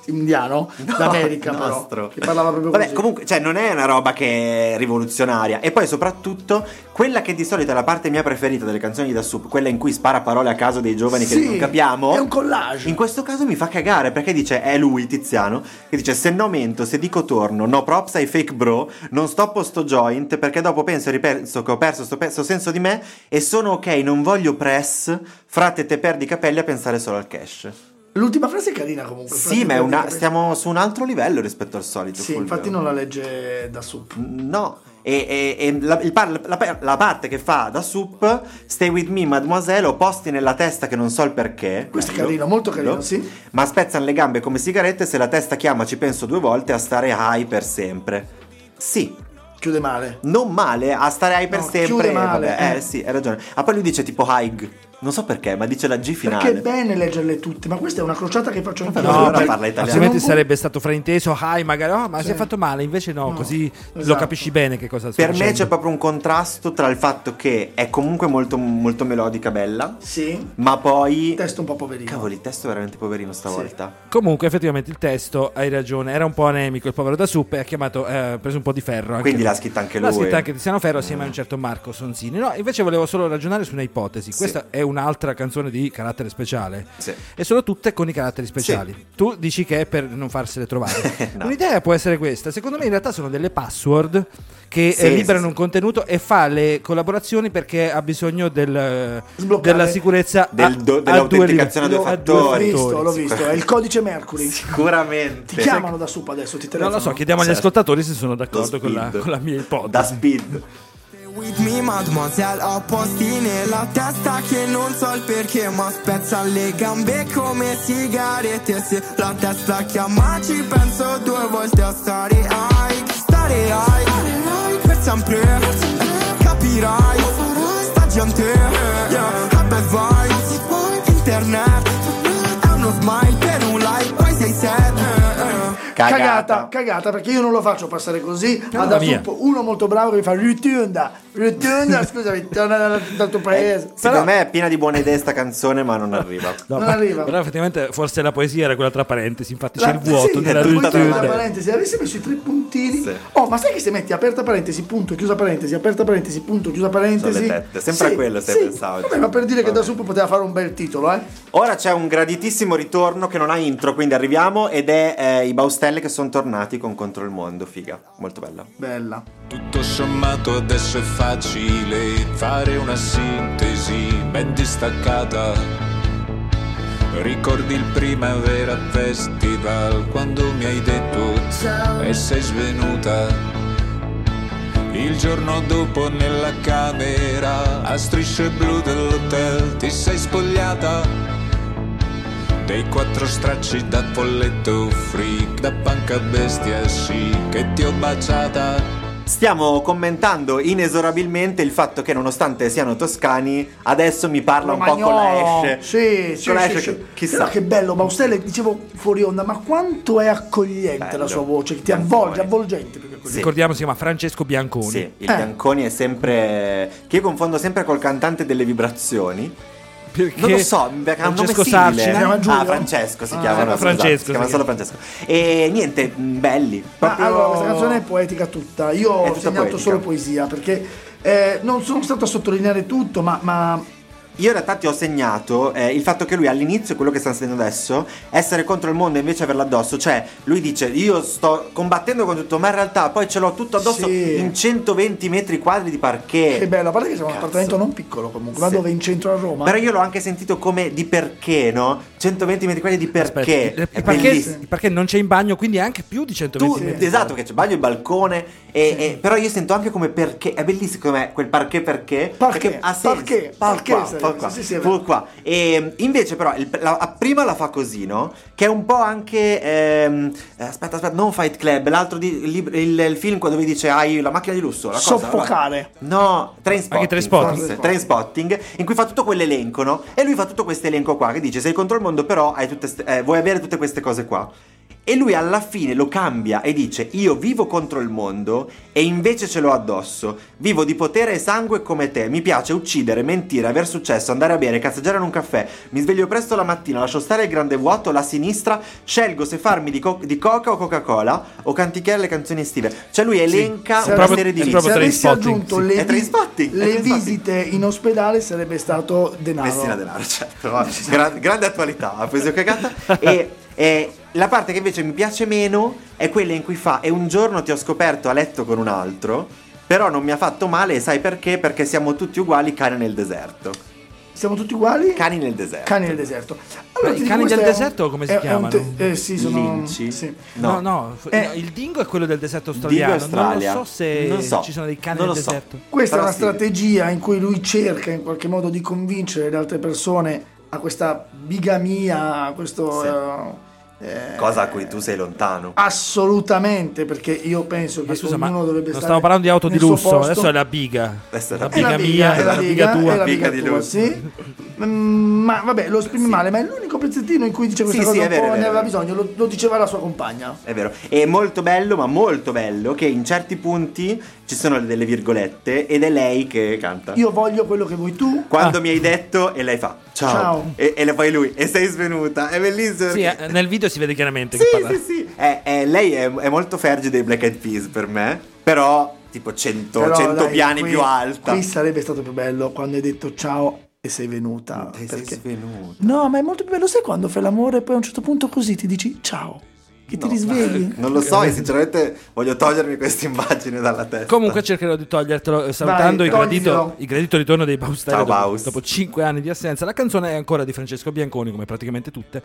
indiano d'America
No,
però,
nostro.
che parlava proprio
Vabbè,
così.
comunque, cioè, non è una roba che è rivoluzionaria. E poi, soprattutto, quella che di solito è la parte mia preferita delle canzoni di Da Sup, quella in cui spara parole a caso dei giovani che
Sì,
non capiamo.
è un collage.
In questo caso mi fa cagare perché dice: È lui, Tiziano, che dice: Se no mento, se dico torno, no props ai fake bro, non stoppo sto joint perché dopo penso e ripenso che ho perso sto, pe- sto senso di me e sono ok, non voglio press. Frate, te perdi i capelli a pensare solo al cash.
L'ultima frase è carina comunque.
Sì,
infatti,
ma è una-
praticamente-
stiamo su un altro livello rispetto al solito.
Sì,
Fulvio.
infatti non la legge da sup.
No. E, e- e la, il par- la- la parte che fa da sup, Stay with me, mademoiselle, ho posti nella testa che non so il perché.
Questo è
Bello,
carino, molto
bello.
carino, sì.
Ma spezzano le gambe come sigarette, se la testa chiama ci penso due volte a stare high per sempre. Sì,
Chiude male.
non male, a stare high per
No,
sempre.
chiude male,
vabbè, eh,
eh.
sì, hai ragione. Ah, poi lui dice tipo high, non so perché, ma dice la G finale.
Perché è bene leggerle tutte, ma questa è una crociata che faccio anche
No, allora
per-
parla italiano.
Altrimenti
Se non-
sarebbe stato frainteso, ah, magari, oh, ma si è fatto male, invece no, così lo
esatto.
capisci bene che cosa sta
Per me c'è
facendo.
proprio un contrasto tra il fatto che è comunque molto, molto melodica, bella,
Sì,
ma poi...
testo un po' poverino.
Cavoli, il testo è veramente poverino stavolta.
Comunque, effettivamente il testo, hai ragione, era un po' anemico il povero da sup e ha chiamato, eh, ha preso un po' di ferro. anche
Quindi
lui.
l'ha scritta anche
L'ha
lui.
scritta anche Tiziano Ferro assieme a un certo Marco Sonzini. No, invece volevo solo ragionare su una ipotesi. Questa è un'altra canzone di carattere speciale.
Sì.
E sono tutte con i caratteri speciali. Tu dici che è per non farsele trovare. Un'idea può essere questa. Secondo me in realtà sono delle password che
Sì,
eh,
sì,
liberano
sì.
un contenuto e fa le collaborazioni perché ha bisogno del,
Sbloccare.
della sicurezza
Del
a-
do-
a
dell'autenticazione
due livelli.
a due
A due
L'ho
fattori.
visto,
fattori.
l'ho visto, è il codice Mercury.
Sicuramente.
Ti chiamano da sup adesso, ti
Non
telefono.
lo so, chiediamo agli
Certo.
ascoltatori se sono
Da
d'accordo con la,
Speed.
con la mia ipotesi.
Da speed.
With me mademoiselle ho posti nella testa che non so il perché Ma spezza le gambe come sigarette Se la testa chiama ci penso due volte a stare high Stare high per sempre Capirai Sta gente yeah, Che bel vibe Internet È uno smile per un like Poi sei sad eh, eh.
Cagata.
cagata, cagata, perché io non lo faccio passare così. Ma da
mia.
tutto uno molto bravo che mi fa rutunda, rutunda, scusami, torna dal, dal tuo paese.
Secondo me è piena di buone idee sta canzone, ma non arriva.
No,
Non
ma-
arriva.
Però effettivamente forse la poesia era quella tra parentesi, infatti c'è
La-
il vuoto
sì,
della
poi
tutta
tra
rottura.
la-
parentesi, avessi messo i tre puntini. Oh, ma sai che se metti aperta parentesi, punto, chiusa parentesi, aperta parentesi, punto, chiusa parentesi.
Sono le tette, sempre a quello stai pensando.
Vabbè, ma per dire che
Vabbè.
da Sup poteva fare un bel titolo, eh.
Ora c'è un graditissimo ritorno che non ha intro, quindi arriviamo ed è eh, i Baustelle che sono tornati con Contro il Mondo, figa, molto bella.
Bella.
Tutto sommato adesso è facile fare una sintesi ben distaccata. Ricordi il Primavera Festival quando mi hai detto e sei svenuta. Il giorno dopo nella camera a strisce blu dell'hotel ti sei spogliata. Dei quattro stracci da folletto freak, da panca bestia sì che ti ho baciata.
Stiamo commentando inesorabilmente il fatto che nonostante siano toscani, adesso mi parla un po' con
Romagnolo.
la esce.
Sì, sì,
con la
sì,
esce
sì.
che- Chissà.
Però che bello, Baustelle, dicevo fuori onda, ma quanto è accogliente
Bello.
la sua voce, che ti
Canzone.
avvolge, avvolgente più che accogliente.
Ricordiamo, si chiama Francesco Bianconi.
Sì, il
Eh.
Bianconi è sempre. che io confondo sempre col cantante delle vibrazioni.
Perché
Non lo so, ha un nome
Francesco
simile.
Sarcina.
chiama Giulio?
Ah, Francesco si
Ah,
si
chiama. no,
chiama
scusate,
Francesco,
Si chiama
si
solo
chiama.
Francesco. E niente, mh, belli.
Ma
proprio-
Ah, allora, questa canzone è poetica tutta. Io
È
ho
tutta
segnato
poetica.
solo poesia perché eh, non sono stato a sottolineare tutto, ma, ma
Io in realtà ti ho segnato eh, il fatto che lui all'inizio, quello che sta sentendo adesso, essere contro il mondo e invece averlo addosso. Cioè, lui dice: Io sto combattendo con tutto, ma in realtà poi ce l'ho tutto addosso
Sì.
in 120 metri quadri di parquet.
che bello. A parte che siamo in un
Cazzo.
appartamento non piccolo comunque, ma
Sì.
dove in centro a Roma.
Però io l'ho anche sentito come di perché, no? 120 metri quadri di
Aspetta,
perché.
il-
è
il, parquet,
bellissimo.
il parquet non c'è in bagno, quindi è anche più di 120
Tu,
metri.
esatto, perché c'è il bagno, il balcone. E, e- però io sento anche come perché. È bellissimo come quel parquet perché.
Parquet,
perché ha senso.
parquet,
Full
parquet
qua,
sarebbe,
full qua,
sì, sì, è
full
vero.
qua. E invece, però, il- la, a- prima la fa così, no? Che è un po' anche. ehm, eh, aspetta, aspetta, non Fight Club. L'altro di, il, lib- il- il film qua dove dice hai la macchina di lusso. La cosa,
Soffocare.
vabbè. no, train spotting.
Anche Trainspotting.
forse, Trainspotting, in cui fa tutto quell'elenco, no? E lui fa tutto questo elenco qua che dice: Sei contro il mondo, però hai tutte ste- eh, vuoi avere tutte queste cose qua. E lui alla fine lo cambia e dice: Io vivo contro il mondo e invece ce l'ho addosso. Vivo di potere e sangue come te. Mi piace uccidere, mentire, aver successo, andare a bere, cazzeggiare in un caffè. Mi sveglio presto la mattina, lascio stare il grande vuoto, la sinistra. Scelgo se farmi di, co- di coca o Coca-Cola o canticchiare le canzoni estive. Cioè lui elenca
Se
una
avessi-
serie di
è
visi.
se
proprio
avessi
Trainspotting,
aggiunto
sì.
le,
È
vi-
Trainspotting, è
le
Trainspotting.
visite in ospedale sarebbe stato denaro.
Messina denaro, certo. vabbè. Gra- grande attualità, ha preso cagata. e, e la parte che invece mi piace meno è quella in cui fa e un giorno ti ho scoperto a letto con un altro, però non mi ha fatto male e sai perché? Perché siamo tutti uguali cani nel deserto.
Siamo tutti uguali?
Cani nel deserto.
Cani del deserto. ti
Ma i
dico,
cani
questo
del
è un-
deserto come si
è- è un te-
chiamano?
eh, sì, sono
Linci?
sì.
No,
No.
no, f-
Eh.
no, il dingo è quello del deserto
Dingo
australiano.
Australia.
Non lo so se
Non so.
ci sono dei cani
Non
del
lo so.
deserto.
Questa
Però
è una
sì.
strategia in cui lui cerca in qualche modo di convincere le altre persone a questa bigamia, a questo...
Sì.
eh, eh,
Cosa a cui tu sei lontano.
Assolutamente, perché io penso che
Ma scusa, ma
ognuno
non
dovrebbe
stiamo
stare
parlando di auto di
nel suo
lusso,
posto.
adesso è la biga.
Adesso è la
la
È
biga,
la
mia,
biga, è la biga,
tua.
è la biga
biga di
tua,
lui.
sì. Mm, ma vabbè, lo esprimi male, ma è l'unico pezzettino in cui dice questa
Sì,
cosa
sì, è
un
vero,
po'
è
ne
vero.
aveva bisogno, lo, lo diceva la sua compagna.
È vero, è molto bello, ma molto bello che in certi punti ci sono delle virgolette ed è lei che canta.
Io voglio quello che vuoi tu.
Quando mi hai detto e lei fa ciao,
Ciao.
E, e le fai lui e sei svenuta, è bellissimo.
Sì,
perché-
eh, nel video si vede chiaramente che
Sì,
parla.
sì, sì. Eh, eh, lei è, è molto Fergie dei Black Eyed Peas per me, però tipo 100,
Però,
100
dai,
piani
qui-
più alta.
Qui sarebbe stato più bello quando hai detto ciao e sei venuta.
E Ah, sei
perché-
svenuta.
No, ma è molto più bello, sai quando fai l'amore e poi a un certo punto così ti dici ciao, che ti
No,
risvegli.
Non lo so, e sinceramente voglio togliermi questa immagine dalla testa.
Comunque cercherò di togliertelo eh, salutando
Vai,
il, gradito,
toglilo.
il gradito ritorno dei Baustelle
Ciao,
dopo,
Baus.
dopo 5 anni di assenza. La canzone è ancora di Francesco Bianconi, come praticamente tutte.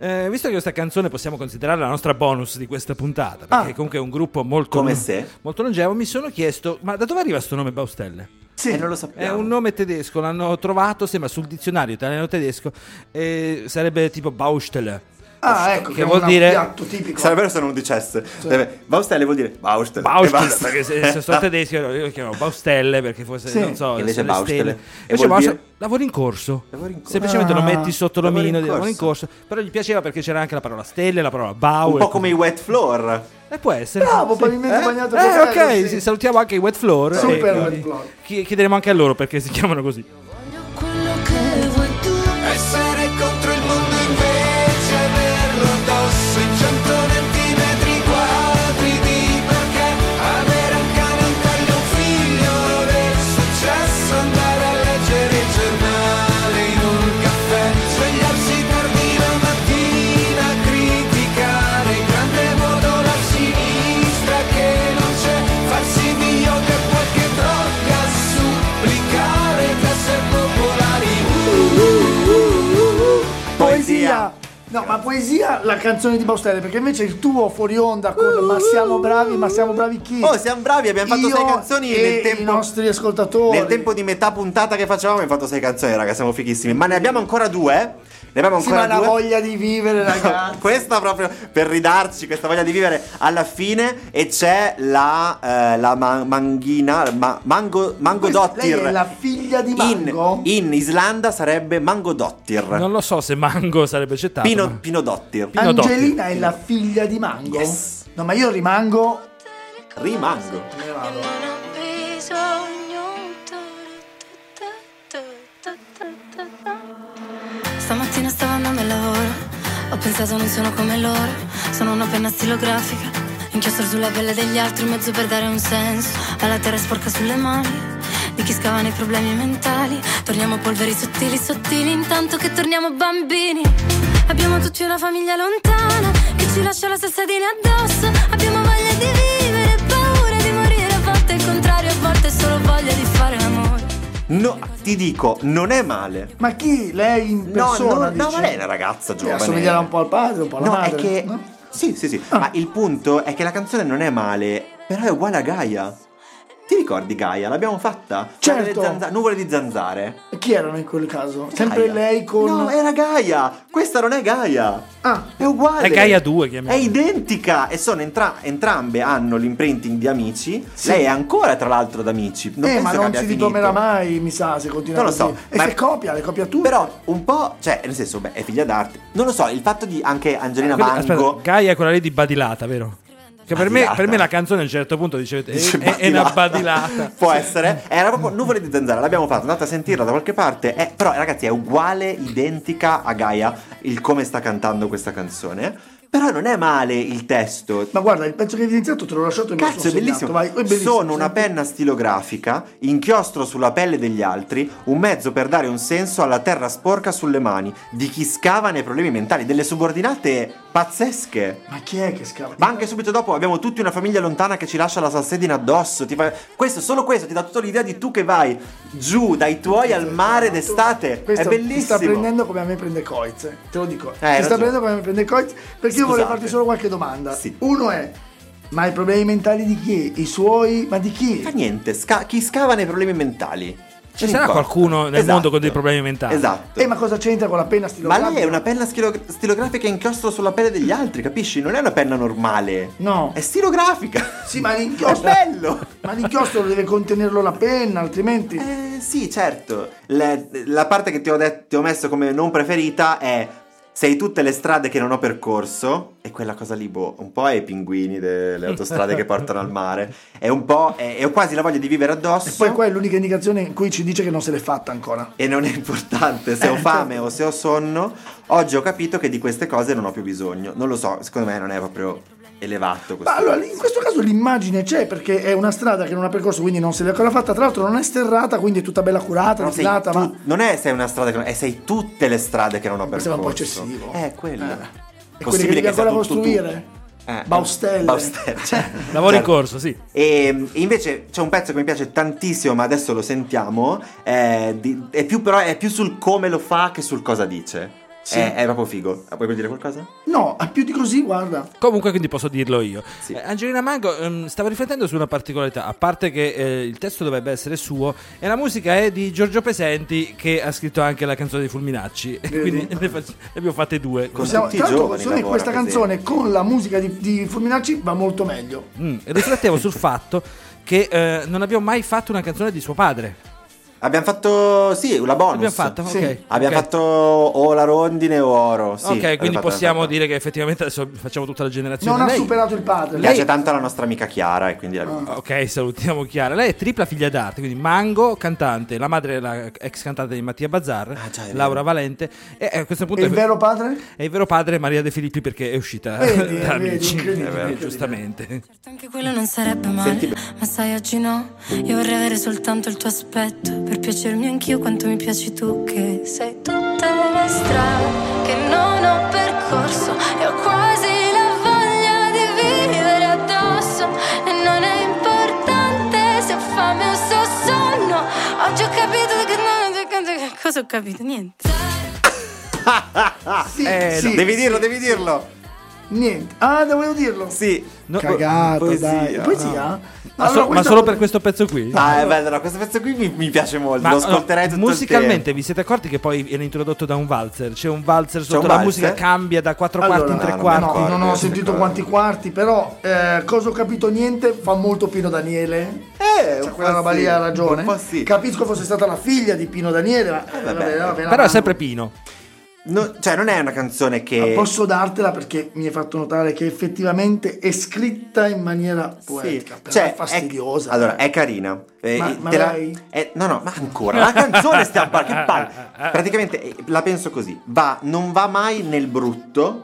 Eh, visto che questa canzone possiamo considerare la nostra bonus di questa puntata, perché
Ah.
comunque è un gruppo molto,
Come se.
molto longevo, mi sono chiesto, ma da dove arriva questo nome Baustelle?
sì, non lo sapevo.
È un nome tedesco, l'hanno trovato, sembra sul dizionario italiano-tedesco, e sarebbe tipo Baustelle.
Ah, ecco,
Che vuol dire?
un piatto tipico.
Sarebbe bello se non lo dicesse. Deve- Baustelle vuol dire Baustelle.
Baustelle,
E basta.
perché se, se sono tedesco io lo chiamo Baustelle perché forse
Sì.
non so,
Invece
se le
Baustelle.
stelle.
E
Invece
vuol dire-
Baustelle, lavoro in corso.
Lavoro in corso.
Semplicemente lo
Ah.
metti sotto
Lavoro in
l'omino, di
corso.
lavoro in corso, però gli piaceva perché c'era anche la parola stelle, la parola
Un
Bau. ecco.
po' come i wet floor.
E può essere.
Bravo,
Sì.
pavimento bagnato
Eh,
con
ok,
ferro,
sì,
sì.
salutiamo anche i Wet Floor.
Super
e quindi
Wet Floor.
chi- Chiederemo anche a loro perché si chiamano così.
Voglio quello che vuoi tu.
Essere contro il mondo invece averlo addosso in 100 centimetri quadri di perché avere un cane, un taglio, un figlio, aver successo, andare a leggere il giornale in un caffè, svegliarsi tardi la mattina, criticare in grande modo la sinistra che non c'è, farsi di yoga e qualche droga, supplicare classe popolari.
Poesia! No, ma poesia la canzone di Baustelle, perché invece il tuo fuori onda con Ma siamo bravi, ma siamo bravi chi?
Oh, siamo bravi, abbiamo fatto
Io
sei canzoni
e
nel tempo.
i nostri ascoltatori.
Nel tempo di metà puntata che facevamo abbiamo fatto sei canzoni, raga, siamo fighissimi. Ma ne abbiamo ancora due? Ne abbiamo
Sì, ma
ancora
la
due?
voglia di vivere, ragazzi.
Questa proprio per ridarci questa voglia di vivere alla fine e c'è la, eh, la ma- manghina, ma- mango, mango
Questa- lei
dottir.
è la figlia di Mango?
In, in Islanda sarebbe mango dottir.
Non lo so se Mango sarebbe accettato.
Pino,
ma-
Pino dottir.
Pino Dotti.
Angelina è la figlia di Mango?
Yes.
No, ma io rimango
Rimango.
Non ho bisogno.
Stamattina stavo andando al lavoro, ho pensato non sono come loro, sono una penna stilografica, inchiostro sulla pelle degli altri, un mezzo per dare un senso, alla terra sporca sulle mani, di chi scava nei problemi mentali, torniamo polveri sottili, sottili, intanto che torniamo bambini. Abbiamo tutti una famiglia lontana, che ci lascia la salsadina addosso, abbiamo voglia di vivere, paura di morire, a volte il contrario, a volte solo voglia di fare amore.
No, ti dico, non è male.
Ma chi? Lei in
No,
persona?
no, no,
dici?
ma lei è una ragazza
Lei
giovane.
assomigliava un po' al padre, un po' alla
No,
madre. Ah.
è che.
no?
Sì, sì, sì. Ma il punto è che la canzone non è male, però è uguale a Gaia. Ti ricordi Gaia? L'abbiamo fatta? Quella delle
Certo.
zanza- nuvole di zanzare.
E Chi erano in quel caso? Sempre
Gaia.
lei con...
eh. No, era Gaia! Questa non è Gaia!
Ah.
È uguale!
È Gaia 2,
È
chiamiamola.
identica! E sono entra- entrambe hanno l'imprinting di Amici. Lei è ancora, tra l'altro, ad Amici. Non
eh,
penso
ma
che
non
abbia
si
finito.
diplomerà mai, mi sa, se continua
Non lo
così.
so,
E
ma-
che copia? Le copia tu?
Però un po', cioè, nel senso, beh, è figlia d'arte. Non lo so, il fatto di anche Angelina
Quindi,
Mango.
Eh, aspetta, Gaia è quella lì di Badilata, vero? Che per me,
Badilata.
per me la canzone a un certo punto dice, è-
Dice
è, è una badilata.
Può essere. Era proprio nuvole di zanzara, l'abbiamo fatta, andate a sentirla da qualche parte. Eh, però, ragazzi, è uguale, identica a Gaia il come sta cantando questa canzone. Però non è male il testo.
Ma guarda, il pezzo che hai evidenziato te l'ho lasciato in
Cazzo, è bellissimo. Sono una penna stilografica, inchiostro sulla pelle degli altri, un mezzo per dare un senso alla terra sporca sulle mani, di chi scava nei problemi mentali, delle subordinate pazzesche.
Ma chi è che scava?
Ma anche subito dopo abbiamo tutti una famiglia lontana che ci lascia la salsedina addosso. Ti fa- Questo, solo questo, ti dà tutta l'idea di tu che vai giù dai tuoi al mare d'estate.
Questo
È
Ti sta
bellissimo.
prendendo come a me prende Coiz, eh. te lo dico. ti
ragione.
sta prendendo come a me prende Coiz perché io volevo
Scusate.
farti solo qualche domanda.
Sì.
Uno è, ma i problemi mentali di chi? I suoi? Ma di chi?
Fa niente, sca- chi scava nei problemi mentali.
Ci sarà qualcuno nel mondo con dei problemi mentali.
Esatto.
Eh, ma cosa c'entra con la penna
Ma
stilografica?
lei è una penna stilo- stilografica inchiostro sulla pelle degli altri, capisci? Non è una penna normale.
No.
È stilografica.
Sì, ma
È
l'inchiostro...
bello.
ma l'inchiostro deve contenerlo la penna, altrimenti...
Eh, sì, certo. Le- la parte che ti ho, det- ti ho messo come non preferita è Sei tutte le strade che non ho percorso. E quella cosa lì, boh, un po' è i pinguini delle autostrade che portano al mare. È un po'. È, è quasi la voglia di vivere addosso.
E poi qua è l'unica indicazione in cui ci dice che non se l'è fatta ancora.
E non è importante se ho fame o se ho sonno. Oggi ho capito che di queste cose non ho più bisogno. Non lo so, secondo me non è proprio elevato questo.
Ma allora, in questo caso l'immagine c'è perché è una strada che non ha percorso, quindi non se l'è ancora fatta. Tra l'altro non è sterrata, quindi è tutta bella curata,
Però sei
rifilata,
tu-
ma...
Non è sei una strada che non... È sei tutte le strade che non ho
Mi
percorso.
sembra un po' eccessivo.
Eh, quello.
Eh. E quelle che
Possibile
devi
che sia
ancora
tutto tu.
costruire?
Eh,
Baustelle.
Baustelle.
Lavoro in
Certo.
corso, sì.
E e invece c'è un pezzo che mi piace tantissimo, ma adesso lo sentiamo. eh, di- è più, però è più sul come lo fa che sul cosa dice. È, è proprio figo. Ah, Vuoi dire qualcosa?
No, a più di così, guarda.
Comunque, quindi posso dirlo io. Eh, Angelina Mango, ehm, stavo riflettendo su una particolarità, a parte che eh, il testo dovrebbe essere suo e la musica è di Giorgio Pesenti che ha scritto anche la canzone dei Fulminacci. E quindi ne, fac- ne abbiamo fatte due.
Possiamo- tra l'altro, secondo me questa canzone con la musica di, di Fulminacci va molto meglio.
Mm, riflettevo sul fatto che eh, non abbiamo mai fatto una canzone di suo padre.
Abbiamo fatto, sì, la bonus.
Abbiamo fatto,
Sì.
ok.
Abbiamo
Ok.
fatto o la rondine o oro. Sì,
ok,
abbiamo
quindi
fatto-
possiamo dire che effettivamente adesso facciamo tutta la generazione.
Non ha
Lei-
superato il padre.
Mi piace tanto la nostra amica Chiara e quindi
Ah.
abbiamo
Ok, salutiamo Chiara. Lei è tripla figlia d'arte, quindi Mango, cantante, la madre è la ex cantante di Mattia Bazzar,
Ah,
Laura Valente. E a questo punto
E il vero padre?
è il vero padre Maria De Filippi perché è uscita
Vedi,
da
vedi,
Amici,
incredibile,
Eh,
incredibile.
giustamente.
Certo, Anche quello non sarebbe male, ma sai oggi no, io vorrei avere soltanto il tuo aspetto, per piacermi anch'io quanto mi piaci tu che sei tutte le strade che non ho percorso e ho quasi la voglia di vivere addosso e non è importante se ho fame o se ho sonno, oggi ho capito che non... Cosa ho capito? Niente.
Sì,
Eh, no.
sì,
Devi
sì,
dirlo, devi
sì.
dirlo.
Niente. Ah, dovevo dirlo.
Sì.
Cagata,
poesia,
dai.
no.
Poesia?
Ma,
Allora,
so- ma
questa-
solo per questo pezzo qui?
Ah, è bello, no, questo pezzo qui mi, mi piace molto.
Ma
lo
no,
ascolterei tutto il
musicalmente vi siete accorti che poi viene introdotto da un valzer? C'è un valzer sotto,
un
la
valzer?
musica cambia da quattro
Allora,
quarti in tre
no,
quarti.
No,
Quarti,
non ho
queste
sentito
cose.
quanti quarti, però eh, cosa ho capito niente fa molto Pino Daniele.
tempo. Eh,
Cioè,
un
quella
po'
roba
sì,
lì ha ragione.
Un po' sì.
Capisco fosse stata la figlia di Pino Daniele, ma eh, vabbè, vabbè,
Però è
avanti.
sempre Pino.
No, cioè, non è una canzone che.
Ma Posso dartela perché mi hai fatto notare che effettivamente è scritta in maniera poetica, però
Cioè,
è fastidiosa.
È, allora, è carina. Eh,
Ma-
te
ma
la-
lei?
eh, no, no, ma ancora. La canzone sta a par- che palle. Praticamente eh, la penso così. Va, non va mai nel brutto.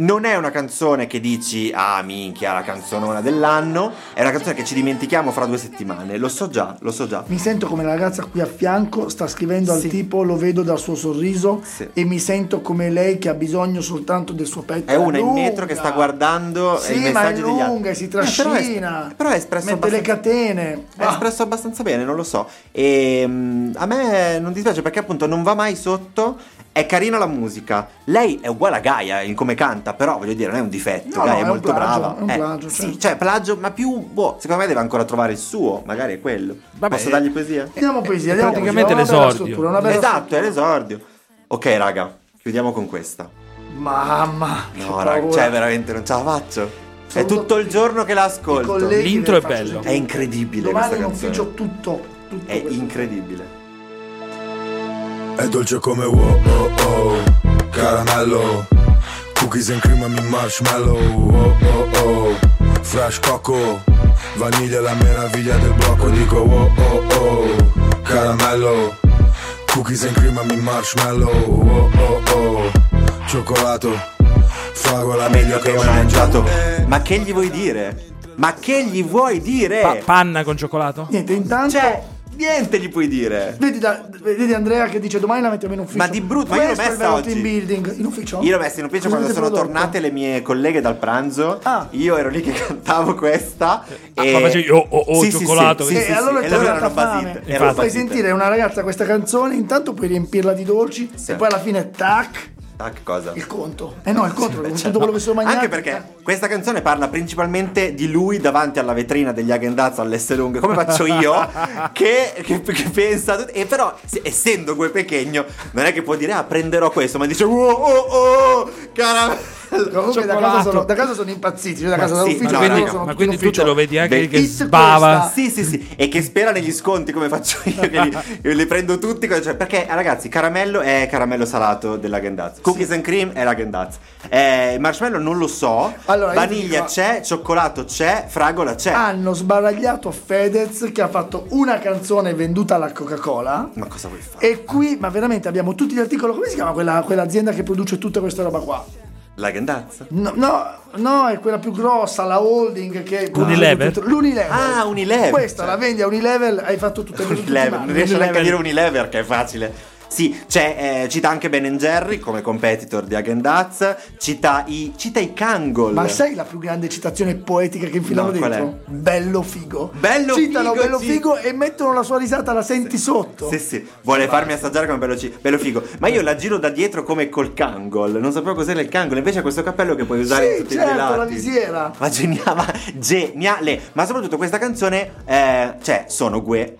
Non è una canzone che dici, ah minchia, la canzonona dell'anno. È una canzone che ci dimentichiamo fra due settimane. Lo so già, lo so già.
Mi sento come la ragazza qui a fianco sta scrivendo
Sì.
al tipo, lo vedo dal suo sorriso
Sì.
e mi sento come lei che ha bisogno soltanto del suo petto.
È una in metro
lunga.
che sta guardando eh, i
Sì, ma è
messaggi degli
lunga,
altri.
e si
Eh, però è-
trascina.
però è espresso
Mette le
abbastanza- Ah.
catene.
È espresso abbastanza bene, non lo so. E mm, a me non dispiace perché appunto non va mai sotto. È carina la musica. Lei è uguale a Gaia in come canta, però voglio dire, non è un difetto.
No,
Gaia
no,
è,
è un
molto
plagio,
brava.
è un
Eh,
plagio,
sì,
certo.
cioè plagio, ma più boh, secondo me deve ancora trovare il suo, magari è quello.
Vabbè,
Posso dargli poesia?
Andiamo poesia, andiamo
praticamente
poesia. Una bella
l'esordio.
struttura, una bella
esatto, è l'esordio. Ok, raga, chiudiamo con questa.
struttura. Mamma, che
No, raga,
paura.
cioè veramente non ce la faccio. È
Sono
tutto il giorno che la ascolto.
I colleghi
L'intro
ve
è
faccio
bello.
sentire.
È incredibile
Domani
questa
in
canzone.
ufficio tutto, tutto
È
questo.
incredibile.
È dolce come wow, oh, oh, caramello. Cookies and cream and marshmallow, oh, oh, oh. Fresh coco, vaniglia la meraviglia del blocco. Dico oh, oh, oh, caramello. Cookies and cream and marshmallow, oh, oh, oh. Cioccolato, fragola meglio che ho mangiato.
Ma che gli vuoi dire? Ma che gli vuoi dire?
Eh.
Pa- panna con cioccolato?
Niente, intanto
cioè, niente gli puoi dire.
vedi, da- vedi Andrea che dice domani la mettiamo in ufficio.
Ma di brutto, ma io l'ho
Questo è il
messa
vero team
oggi.
building in ufficio?
Io l'ho messo in ufficio
Cosa
quando
avete
sono
prodotto?
tornate le mie colleghe dal pranzo.
Ah.
Io ero lì che cantavo questa. e...
ma facevi, oh, oh, oh,
Sì, sì,
cioccolato,
Sì,
E
sì, sì,
Eh, allora ti
sì. E loro
è
erano
venuta fame.
basite.
Tu
erano
fai
basite.
sentire a una ragazza questa canzone, intanto puoi riempirla di dolci
Sì.
e poi alla fine tac,
Ah, che cosa?
il conto. Eh no, il conto, con
Cioè,
tutto quello che sono mangiato.
Anche perché questa canzone parla principalmente di lui davanti alla vetrina degli Agendaz all'S lunga, come faccio io, che, che- che pensa. tut- E però, se- essendo quel pechegno, non è che può dire, ah, prenderò questo, ma dice, oh, oh, oh, caramello.
Comunque da casa,
Cioccolato.
sono, da casa sono impazziti, cioè da casa
Ma sì,
dall'ufficio
no,
loro
raga,
sono
ma
tutti
quindi
in
tu te
ufficio.
lo vedi anche
Beh,
che
hit Ah.
sbava.
Sì, sì, sì, e che spera negli sconti come faccio io, che li, io li prendo tutti. co- cioè, perché eh, ragazzi, caramello è caramello salato della Gendaz, cookies and cream è la Gendaz, marshmallow non lo so,
Allora, io ti
vaniglia
dico- Ah.
c'è, cioccolato c'è, fragola c'è.
Hanno sbaragliato Fedez che ha fatto una canzone venduta alla Coca-Cola.
Ma cosa vuoi fare?
E qui, ma veramente abbiamo tutti gli articoli. Come si chiama quella, quell'azienda che produce tutta questa roba qua?
La Gendazza?
No, no, no, è quella più grossa, la holding che.
Unilever?
tutto- L'Unilever.
Ah, Unilever,
Questa
cioè.
la vendi a Unilevel, hai fatto tutta
Unilever, non riesce neanche a dire Unilever che è facile. Sì, c'è, eh, cita anche Ben Jerry come competitor di Agendaz, cita i, cita i Kangol.
Ma sai la più grande citazione poetica che infilavo
No, qual
dentro? Bello figo.
Bello
Citano
figo,
bello
sì.
figo e mettono la sua risata, la senti sotto.
Sì, sì, vuole farmi assaggiare come bello, ci- bello figo. Ma io la giro da dietro come col Kangol. Non sapevo cos'era il Kangol. Invece è questo cappello che puoi usare in
Sì,
tutti
certo,
i lati.
la visiera.
Ma geniale, ma geniale. Ma soprattutto questa canzone, eh, cioè, sono Gue,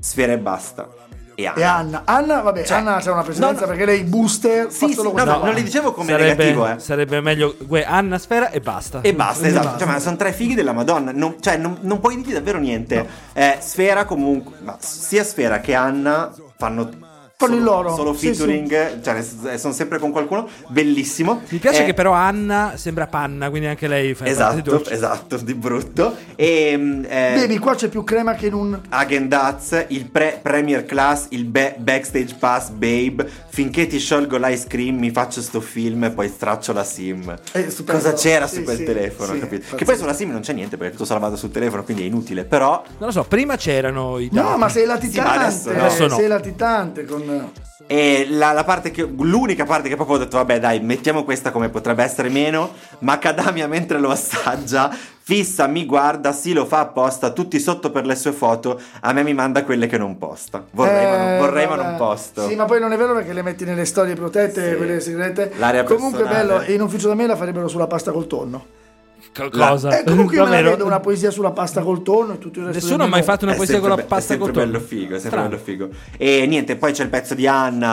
Sfera e basta. E Anna.
E Anna, Anna, vabbè,
Cioè,
Anna c'è una presenza
no, no.
perché lei booster fa
Sì, sì,
solo
no,
questa
no,
parte.
non le dicevo come
sarebbe,
negativo, eh.
sarebbe meglio Gue, Anna Sfera e basta.
E basta, esatto.
basta.
Cioè, ma sono tre fighi della Madonna. Non, cioè, non, non puoi dirgli davvero niente. Eh, Sfera, comunque. Ma sia Sfera che Anna fanno.
Fanno
solo-
il loro,
Solo
sì,
featuring. Cioè, nel senso, eh, sono sempre con qualcuno. Bellissimo.
Mi piace
Eh,
che però Anna sembra panna, quindi anche lei fa parte di
Esatto,
dolce.
esatto, di brutto. E. mm, eh,
Baby, qua c'è più crema che in un
Hagen Dazs, il pre- Premier Class, il be- Backstage Pass, Babe, finché ti sciolgo l'ice cream mi faccio sto film e poi straccio la sim.
Eh, stupendo.
Cosa c'era su
Sì,
quel
sì,
telefono,
sì,
capito? Che
pazzesco.
poi sulla sim non c'è niente perché è tutto salvato sul telefono, quindi è inutile, però...
Non lo so, prima c'erano i
No,
dati.
ma sei
Sì, ma
latitante, Eh,
adesso no.
Adesso no.
sei latitante con
E la, la parte che, l'unica parte che proprio ho detto, vabbè dai, mettiamo questa come potrebbe essere meno, ma Kadamia mentre lo assaggia, fissa, mi guarda, sì lo fa apposta, tutti sotto per le sue foto, a me mi manda quelle che non posta. Vorrei, ma, non,
Eh,
vorrei ma
vabbè.
non posto.
Sì, ma poi non è vero perché le metti nelle storie protette,
Sì.
quelle segrete.
L'area
comunque
personale.
bello, in ufficio da me la farebbero sulla pasta col tonno.
Co- Cosa?
eh,
E Eh, comunque io me la
Davvero?
vedo una poesia sulla pasta col tonno e tutto il resto.
Nessuno ha
del
mai
menù.
fatto una
È
poesia
sempre
con la
be- è
pasta
sempre
cotone.
bello figo, è sempre
Strano.
bello figo. E niente, poi c'è il pezzo di Anna.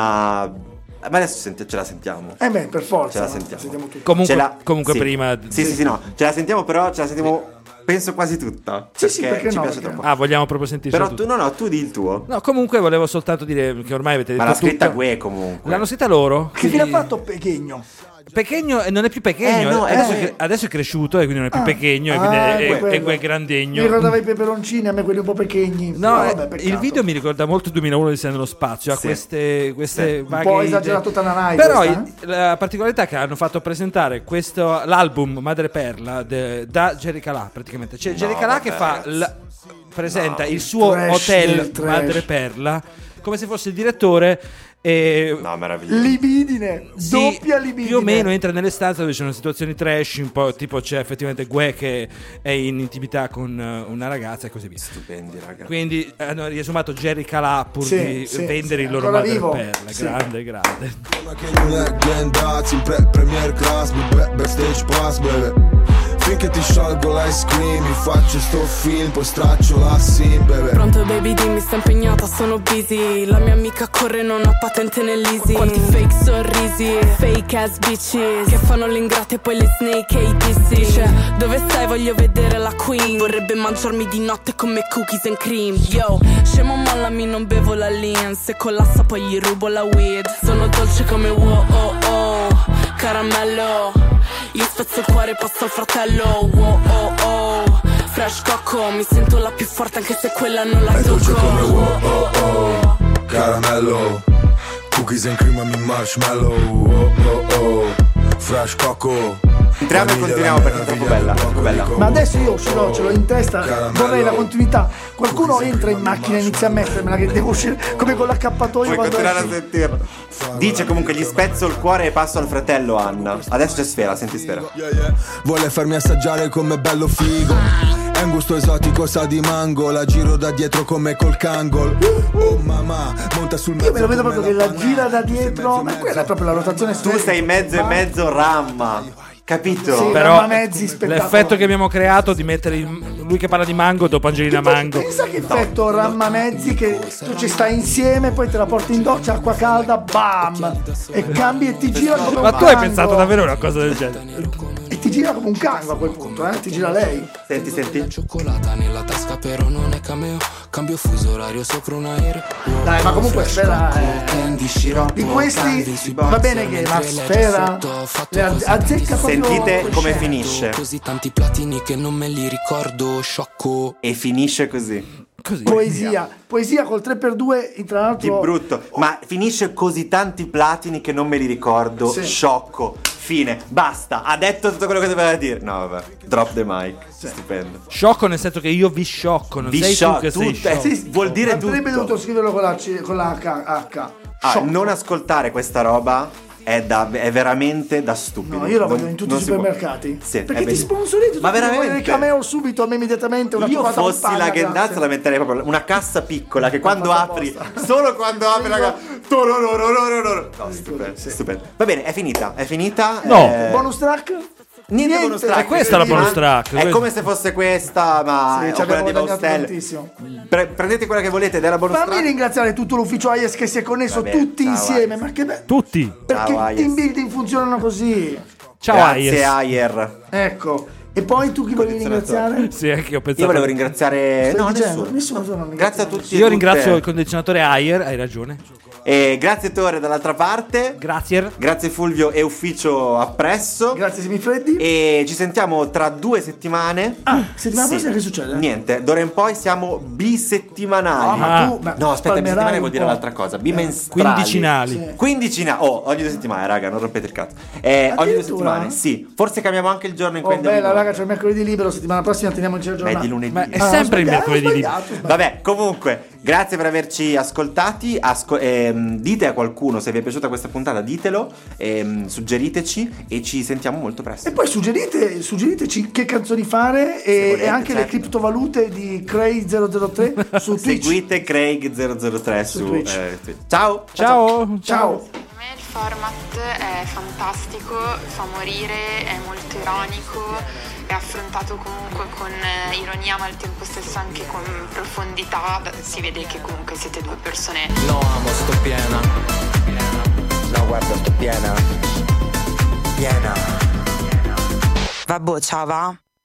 Ma adesso senti- ce la sentiamo.
Eh beh, per forza.
Ce la
no?
sentiamo.
tutti.
Comunque,
Ce la-
comunque
sì.
prima...
Sì, sì, sì, no. Ce la sentiamo, però ce la sentiamo. Penso quasi tutta.
Sì, sì, perché
ci
no,
piace
perché-
troppo.
Ah, vogliamo proprio sentirci
però tu, no, no, tu di il tuo.
No, comunque volevo soltanto dire che ormai avete detto
Ma l'ha scritta
tutto.
Gue comunque.
L'hanno scritta loro.
Che fine ha
quindi-
fatto Pechegno?
Pechegno eh, non è più Pechegno,
Eh, no,
adesso,
eh.
è cre- adesso è cresciuto e quindi non è più
Ah,
Pechegno e
ah,
quindi è, è,
quello.
è quel grandegno.
Mi ricordava i peperoncini, a me quelli un po' pechegni.
No,
Però
eh,
vabbè, peccato.
il video mi ricorda molto 2001 di Sera nello spazio, ha
Sì.
queste, queste
Un
vaghe
po'
idee.
esagerato Tananai
Però
questa,
i- la particolarità è che hanno fatto presentare questo, l'album Madre Perla de- da Jerry Calà praticamente. C'è Jerry Calà che fa la- presenta il suo
Trash
hotel
del trash.
Madre Perla come se fosse il direttore e
No, meraviglioso.
Libidine,
sì,
doppia libidine.
più o meno eh. entra nelle stanze dove c'erano situazioni trash, un po' tipo c'è effettivamente Gue che è in intimità con eh, una ragazza e così via.
Stupendi, raga.
Quindi eh, hanno riesumato Jerry Calà pur
Sì,
di
sì,
vendere
sì,
il loro
ancora
madre
vivo.
perla.
Sì.
Grande, grande.
Ma che non è Gendaz in pre- premier class, mi pre- backstage pass, beve. Finché ti sciolgo l'ice cream, mi faccio sto film, poi straccio la sim, beve.
Pronto baby dimmi sta impegnata sono busy La mia amica corre non ha patente nell'easy Quanti fake sorrisi Fake ass bitches Che fanno l'ingrate e poi le snake e i dissi Dice dove stai voglio vedere la queen Vorrebbe mangiarmi di notte come cookies and cream Yo scemo mollami non bevo la lean Se collassa poi gli rubo la weed Sono dolce come wow oh oh Caramello Gli spezzo il cuore e passo al fratello Wow oh oh Fresh cocco, mi sento la più forte anche se quella non la
È dolce come
tocco.
wow, oh, oh, caramello. Cookies and cream, mi marshmallow, oh, oh, oh. Fresh cocco.
Entriamo e
vaniglia,
continuiamo perché è
meraviglia,
troppo bella,
del
troppo bella.
poco di
Ma adesso io ce l'ho,
cocco.
ce l'ho in testa,
Caramello.
vorrei la continuità. Qualcuno entra in macchina e inizia a mettermela che devo uscire come con l'accappatoio
Puoi
quando
continuare a
esci.
sentirlo. Dice comunque gli spezzo il cuore e passo al fratello Anna. Adesso c'è Sfera, senti Sfera.
Yeah, yeah. Vuole farmi assaggiare come bello figo. È un gusto esotico, sa di mango. La giro da dietro come col cangol. Oh mamma, monta sul mezzo.
Io me lo vedo proprio che la
panna.
gira da
Tu sei
dietro,
mezzo,
ma
mezzo.
quella è proprio la rotazione
Tu sei mezzo e mezzo ramma. Capito?
Sì,
Però
Mamma Mezzi, spettacolo.
l'effetto che abbiamo creato di mettere il- lui che parla di mango dopo Angelina Mango.
Pensa che effetto ramma mezzi che tu ci stai insieme, poi te la porti in doccia, acqua calda, bam! E cambi e ti gira come un
Ma tu hai
tango.
pensato davvero una cosa del genere?
E ti gira come un cango a quel punto, eh? Ti gira lei.
Senti, senti.
Cioccolata nella tasca però non è cameo Cambio fuso orario sopra un aereo
Dai, ma comunque Sfera è-
Candy sciroppo
Di questi va bene che ma sfera le az- azzecca proprio
Sentite
col
come
scelto.
finisce.
Così tanti platini che non me li ricordo Sciocco
E finisce così.
Così.
Poesia, poesia col 3x2, in tra
Di
l'altro
brutto. Ma finisce così tanti platini che non me li ricordo.
Sì.
Sciocco. Fine. Basta. Ha detto tutto quello che doveva dire. No, vabbè. Drop the mic. Stupendo.
Sciocco nel senso che io vi sciocco, non
Vi
sei
sciocco.
tu che sei
tutto. Eh,
sciocco.
sì, vuol dire
avrebbe
tutto.
dovuto scriverlo con la, C- con la H, H.
Ah, non ascoltare questa roba è, da- è veramente da stupido.
No, io la voglio
Non-
in tutti
non
i
si può.
supermercati.
Sì, è
perché ti
bellissimo.
sponsorizzo.
Ma
tu vuoi
veramente?
il cameo subito a me immediatamente. Una
Io
trovata
fossi
montagna,
la Ghendaza
grazie.
la metterei proprio una cassa piccola che quando apri, solo quando apri la cassa... No, stupendo, stupendo. Va bene, è finita, è finita. eh,
No.
Bonus track?
Niente, bonus track.
È questa la bonus track.
È come se fosse questa, ma
Sì,
è
ci
quella
abbiamo
di
guadagnato
Baustelle.
tantissimo.
Pre- prendete quella che volete ed è la bonus
Fammi
track.
ringraziare tutto l'ufficio IES che si è connesso
Vabbè,
tutti
ciao,
insieme. Ma che bello.
Tutti.
Perché
Ciao,
i
Ayes.
team building funzionano così.
Ciao Ayes.
Grazie Ayer.
Ecco. E poi tu chi volevi ringraziare?
Sì, anche io ho pensato.
Io volevo ringraziare...
Stai
Eh, No,
dicendo?
nessuno.
Nessuno, tu non
Grazie a
ringrazi.
tutti.
Io
e tutte.
ringrazio il condizionatore Ayer, hai ragione.
E grazie Tore dall'altra parte.
Grazie.
Grazie Fulvio e Ufficio appresso.
Grazie Semifreddi.
E ci sentiamo tra due settimane.
Ah, settimana
Eh, Sì.
prossima che succede?
Niente, d'ora in poi siamo
Ah,
bisettimanali.
ma tu, ma
No, aspetta,
spalmerai
bisettimanale
un
vuol dire
po'.
un'altra cosa. Bimestrali.
Quindicinali.
Sì.
Quindicina, oh, ogni due settimane, raga, non rompete il cazzo. Eh, ogni due
Addirittura?
settimane, sì. Forse cambiamo anche il giorno in cui
Oh,
andiamo.
bella,
in
raga,
onda.
c'è il mercoledì libero. Settimana prossima teniamoci la
Beh,
giornata.
di lunedì.
Ma è
Ah.
sempre
sbagliato,
il mercoledì libero.
sbagliato, sbagliato.
Vabbè, comunque, grazie per averci ascoltati. asco- ehm, dite a qualcuno se vi è piaciuta questa puntata, ditelo, ehm, suggeriteci e ci sentiamo molto presto.
E poi suggerite, suggeriteci che canzoni fare e,
volete,
e anche le
certo.
criptovalute di Cray003 su Twitch.
Seguite Craig003 su,
Twitch.
eh, Twitch. Ciao!
Ciao.
Ciao.
Secondo me il format è fantastico, fa morire, è molto ironico, è affrontato comunque con eh, ironia ma al tempo stesso anche con profondità, si vede che comunque siete due persone
Lo amo, sto piena
No, guarda, sto piena. Piena.
Vabbè, ciao va.